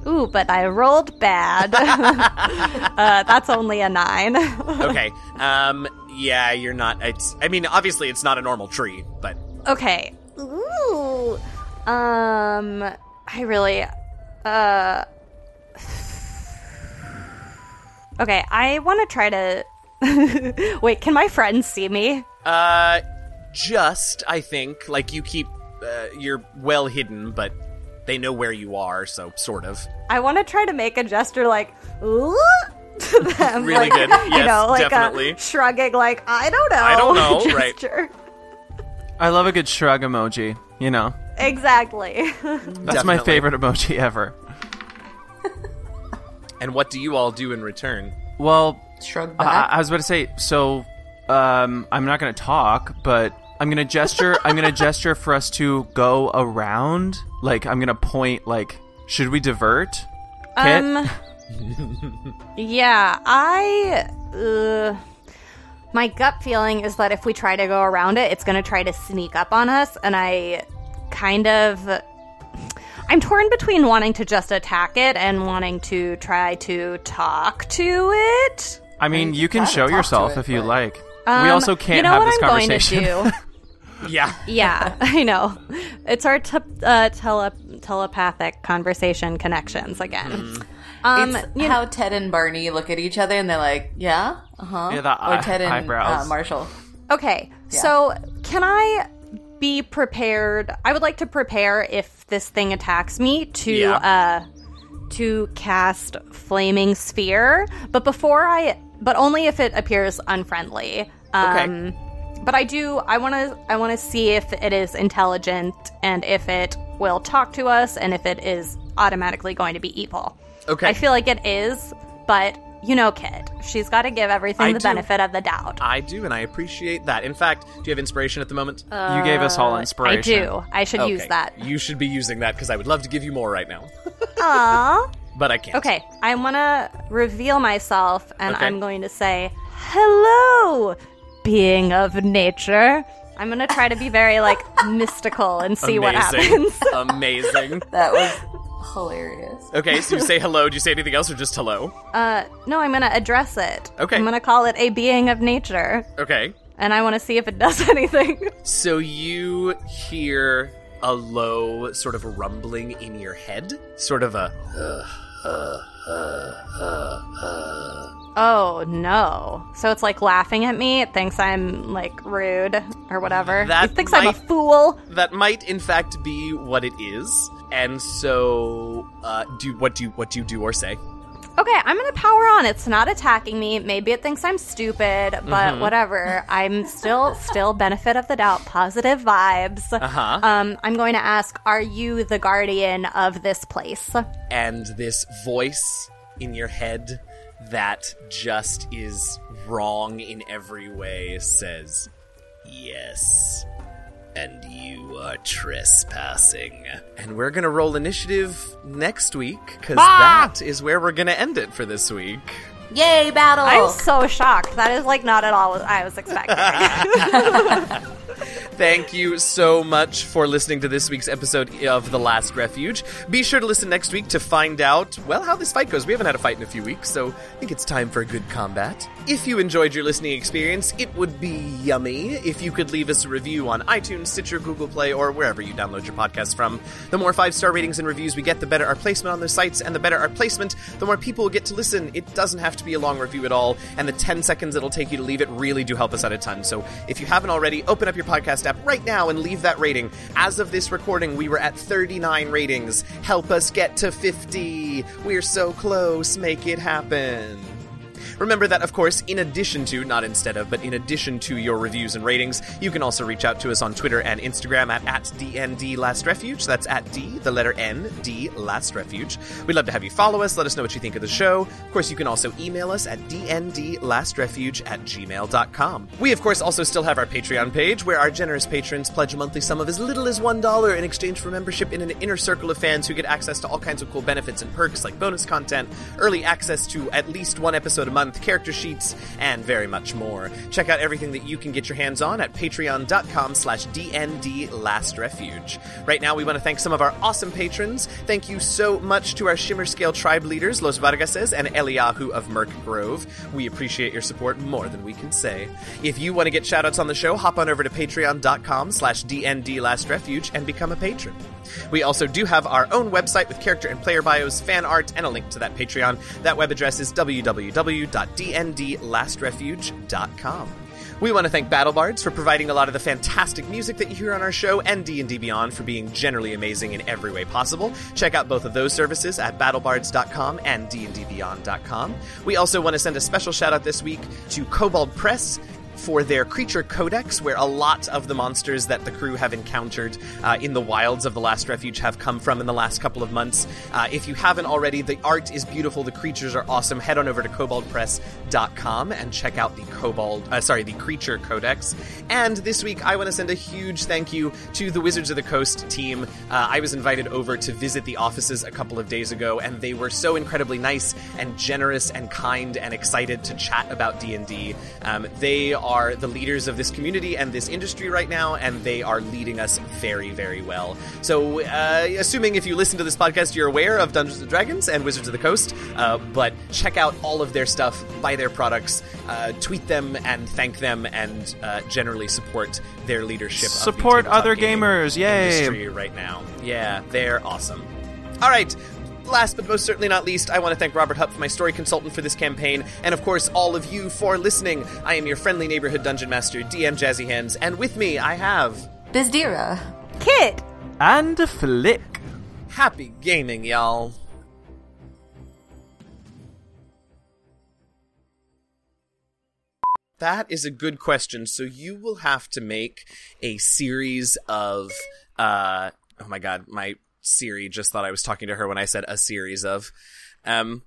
[SPEAKER 3] Ooh, but I rolled bad. uh, that's only a nine.
[SPEAKER 1] Okay. um yeah, you're not it's I mean, obviously it's not a normal tree, but
[SPEAKER 3] okay. Ooh. Um, I really, uh, okay. I want to try to. Wait, can my friends see me?
[SPEAKER 1] Uh, just I think like you keep uh, you're well hidden, but they know where you are, so sort of.
[SPEAKER 3] I want to try to make a gesture like "Ooh," to them.
[SPEAKER 1] Really
[SPEAKER 3] like,
[SPEAKER 1] good.
[SPEAKER 3] you
[SPEAKER 1] Yes,
[SPEAKER 3] know, like a
[SPEAKER 1] definitely.
[SPEAKER 3] shrugging, like I don't know. I
[SPEAKER 1] don't know, right.
[SPEAKER 3] gesture.
[SPEAKER 4] I love a good shrug emoji. You know,
[SPEAKER 3] Exactly.
[SPEAKER 4] that's my
[SPEAKER 1] Definitely.
[SPEAKER 4] favorite emoji ever.
[SPEAKER 1] And what do you all do in return?
[SPEAKER 4] Well,
[SPEAKER 2] Shrug
[SPEAKER 4] I,
[SPEAKER 2] back.
[SPEAKER 4] I was about to say, so um, I'm not going to talk, but I'm going to gesture. I'm going to gesture for us to go around. Like I'm going to point. Like, should we divert? Kit?
[SPEAKER 3] Um, yeah, I. Uh, my gut feeling is that if we try to go around it, it's going to try to sneak up on us, and I kind of. I'm torn between wanting to just attack it and wanting to try to talk to it.
[SPEAKER 4] I mean, you can
[SPEAKER 2] kinda
[SPEAKER 4] show
[SPEAKER 2] talk to
[SPEAKER 4] yourself
[SPEAKER 2] it,
[SPEAKER 4] if you
[SPEAKER 2] but-
[SPEAKER 4] like.
[SPEAKER 3] Um,
[SPEAKER 4] we also can't
[SPEAKER 3] you know
[SPEAKER 4] have
[SPEAKER 3] what
[SPEAKER 4] this
[SPEAKER 3] I'm
[SPEAKER 4] conversation.
[SPEAKER 3] Going to do?
[SPEAKER 1] Yeah,
[SPEAKER 3] Yeah, I know. It's our te- uh, tele- telepathic conversation connections again.
[SPEAKER 4] Mm.
[SPEAKER 3] Um,
[SPEAKER 2] it's
[SPEAKER 3] you
[SPEAKER 2] how Ted and Barney look at each other and they're like, "Yeah, uh huh."
[SPEAKER 4] Yeah, the eye-
[SPEAKER 2] or Ted and
[SPEAKER 4] eyebrows.
[SPEAKER 2] Uh, Marshall.
[SPEAKER 3] Okay. So, can I be prepared? I would like to prepare if this thing attacks me to
[SPEAKER 1] Yeah.
[SPEAKER 3] uh to cast flaming sphere, but before I but only if it appears unfriendly. Um but I do I want to I want to see if it is intelligent and if it will talk to us and if it is automatically going to be evil.
[SPEAKER 1] Okay.
[SPEAKER 3] I feel like it is, but you know, kid, she's got to give everything
[SPEAKER 1] I
[SPEAKER 3] the
[SPEAKER 1] do.
[SPEAKER 3] benefit of the doubt.
[SPEAKER 1] I do, and I appreciate that. In fact, do you have inspiration at the moment?
[SPEAKER 4] you gave us all
[SPEAKER 3] I
[SPEAKER 4] inspiration.
[SPEAKER 3] do. I should Uh, use
[SPEAKER 1] Okay.
[SPEAKER 3] that.
[SPEAKER 1] You should be using that because I would love to give you more right now,
[SPEAKER 3] Aww.
[SPEAKER 1] but I can't.
[SPEAKER 3] Okay, I want to reveal myself, and
[SPEAKER 1] Okay.
[SPEAKER 3] I'm going to say, "Hello, being of nature." I'm going to try to be very like mystical and see
[SPEAKER 1] Amazing.
[SPEAKER 3] what happens.
[SPEAKER 1] Amazing.
[SPEAKER 2] That was hilarious.
[SPEAKER 1] Okay, so you say hello. Do you say anything else or just hello?
[SPEAKER 3] Uh, no, I'm going to address it.
[SPEAKER 1] Okay.
[SPEAKER 3] I'm going to call it a being of nature,
[SPEAKER 1] Okay.
[SPEAKER 3] and I want to see if it does anything.
[SPEAKER 1] So you hear a low sort of rumbling in your head, sort of a
[SPEAKER 3] oh no! So it's like laughing at me. It thinks I'm like rude or whatever.
[SPEAKER 1] That
[SPEAKER 3] it thinks I'm a
[SPEAKER 1] might-
[SPEAKER 3] fool.
[SPEAKER 1] that might in fact be what it is. And so uh do what do you what do you do or say?
[SPEAKER 3] Okay, I'm gonna power on. It's not attacking me. Maybe it thinks I'm stupid, but whatever. I'm still, still benefit of the doubt, positive vibes.
[SPEAKER 1] Uh-huh.
[SPEAKER 3] Um, I'm going to ask, are you the guardian of this place?
[SPEAKER 1] and this voice in your head that just is wrong in every way says, Yes. And you are trespassing. And we're gonna roll initiative next week, because that is where we're gonna end it for this week.
[SPEAKER 2] Yay, battle!
[SPEAKER 3] I'm so shocked. That is like not at all what I was expecting.
[SPEAKER 1] Thank you so much for listening to this week's episode of The Last Refuge. Be sure to listen next week to find out, well, how this fight goes. We haven't had a fight in a few weeks, so I think it's time for a good combat. If you enjoyed your listening experience, it would be yummy if you could leave us a review on iTunes, Stitcher, Google Play, or wherever you download your podcasts from. The more five star ratings and reviews we get, the better our placement on those sites, and the better our placement, the more people get to listen. It doesn't have to be a long review at all, and the 10 seconds it'll take you to leave it really do help us out a ton. So if you haven't already, open up your podcast app right now and leave that rating. As of this recording, we were at 39 ratings. Help us get to 50. We're so close. Make it happen. Remember that, of course, in addition to, not instead of, but in addition to your reviews and ratings, you can also reach out to us on Twitter and Instagram at, at DNDLastRefuge. That's at D, the letter N, D, Last Refuge. We'd love to have you follow us. Let us know what you think of the show. Of course, you can also email us at DNDLastRefuge at gmail.com. We, of course, also still have our Patreon page where our generous patrons pledge a monthly sum of as little as $1 in exchange for membership in an inner circle of fans who get access to all kinds of cool benefits and perks like bonus content, early access to at least one episode a month, month, character sheets, and very much more. Check out everything that you can get your hands on at patreon.com slash dndlastrefuge. Right now, we want to thank some of our awesome patrons. Thank you so much to our Shimmer Scale tribe leaders, Los Vargases and Eliahu of Merk Grove. We appreciate your support more than we can say. If you want to get shoutouts on the show, hop on over to patreon.com slash dndlastrefuge and become a patron. We also do have our own website with character and player bios, fan art, and a link to that Patreon. That web address is www.dndlastrefuge.com. We want to thank BattleBards for providing a lot of the fantastic music that you hear on our show, and D&D Beyond for being generally amazing in every way possible. Check out both of those services at battlebards.com and dndbeyond.com. We also want to send a special shout out this week to Kobold Press for their creature codex, where a lot of the monsters that the crew have encountered uh, in the wilds of the Last Refuge have come from in the last couple of months. Uh, if you haven't already, the art is beautiful, the creatures are awesome. Head on over to koboldpress.com and check out the kobold, uh, sorry, the creature codex. And this week, I want to send a huge thank you to the Wizards of the Coast team. Uh, I was invited over to visit the offices a couple of days ago, and they were so incredibly nice and generous and kind and excited to chat about D and D. Um, They are the leaders of this community and this industry right now, and they are leading us very, very well. So, uh, assuming if you listen to this podcast, you're aware of Dungeons and Dragons and Wizards of the Coast, uh, but check out all of their stuff, buy their products, uh, tweet them, and thank them, and uh, generally support their leadership. of the
[SPEAKER 4] Support
[SPEAKER 1] tabletop
[SPEAKER 4] other
[SPEAKER 1] gaming
[SPEAKER 4] gamers, yay.
[SPEAKER 1] Industry right now, yeah, they're awesome. All right. Last but most certainly not least, I want to thank Robert Hupp, my story consultant for this campaign, and of course, all of you for listening. I am your friendly neighborhood dungeon master, DM Jazzy Hands, and with me I have
[SPEAKER 2] Bizdira.
[SPEAKER 3] Kit.
[SPEAKER 4] And a flick.
[SPEAKER 1] Happy Gaming, y'all. That is a good question. So you will have to make a series of uh oh my god, my Siri just thought I was talking to her when I said a series of. Um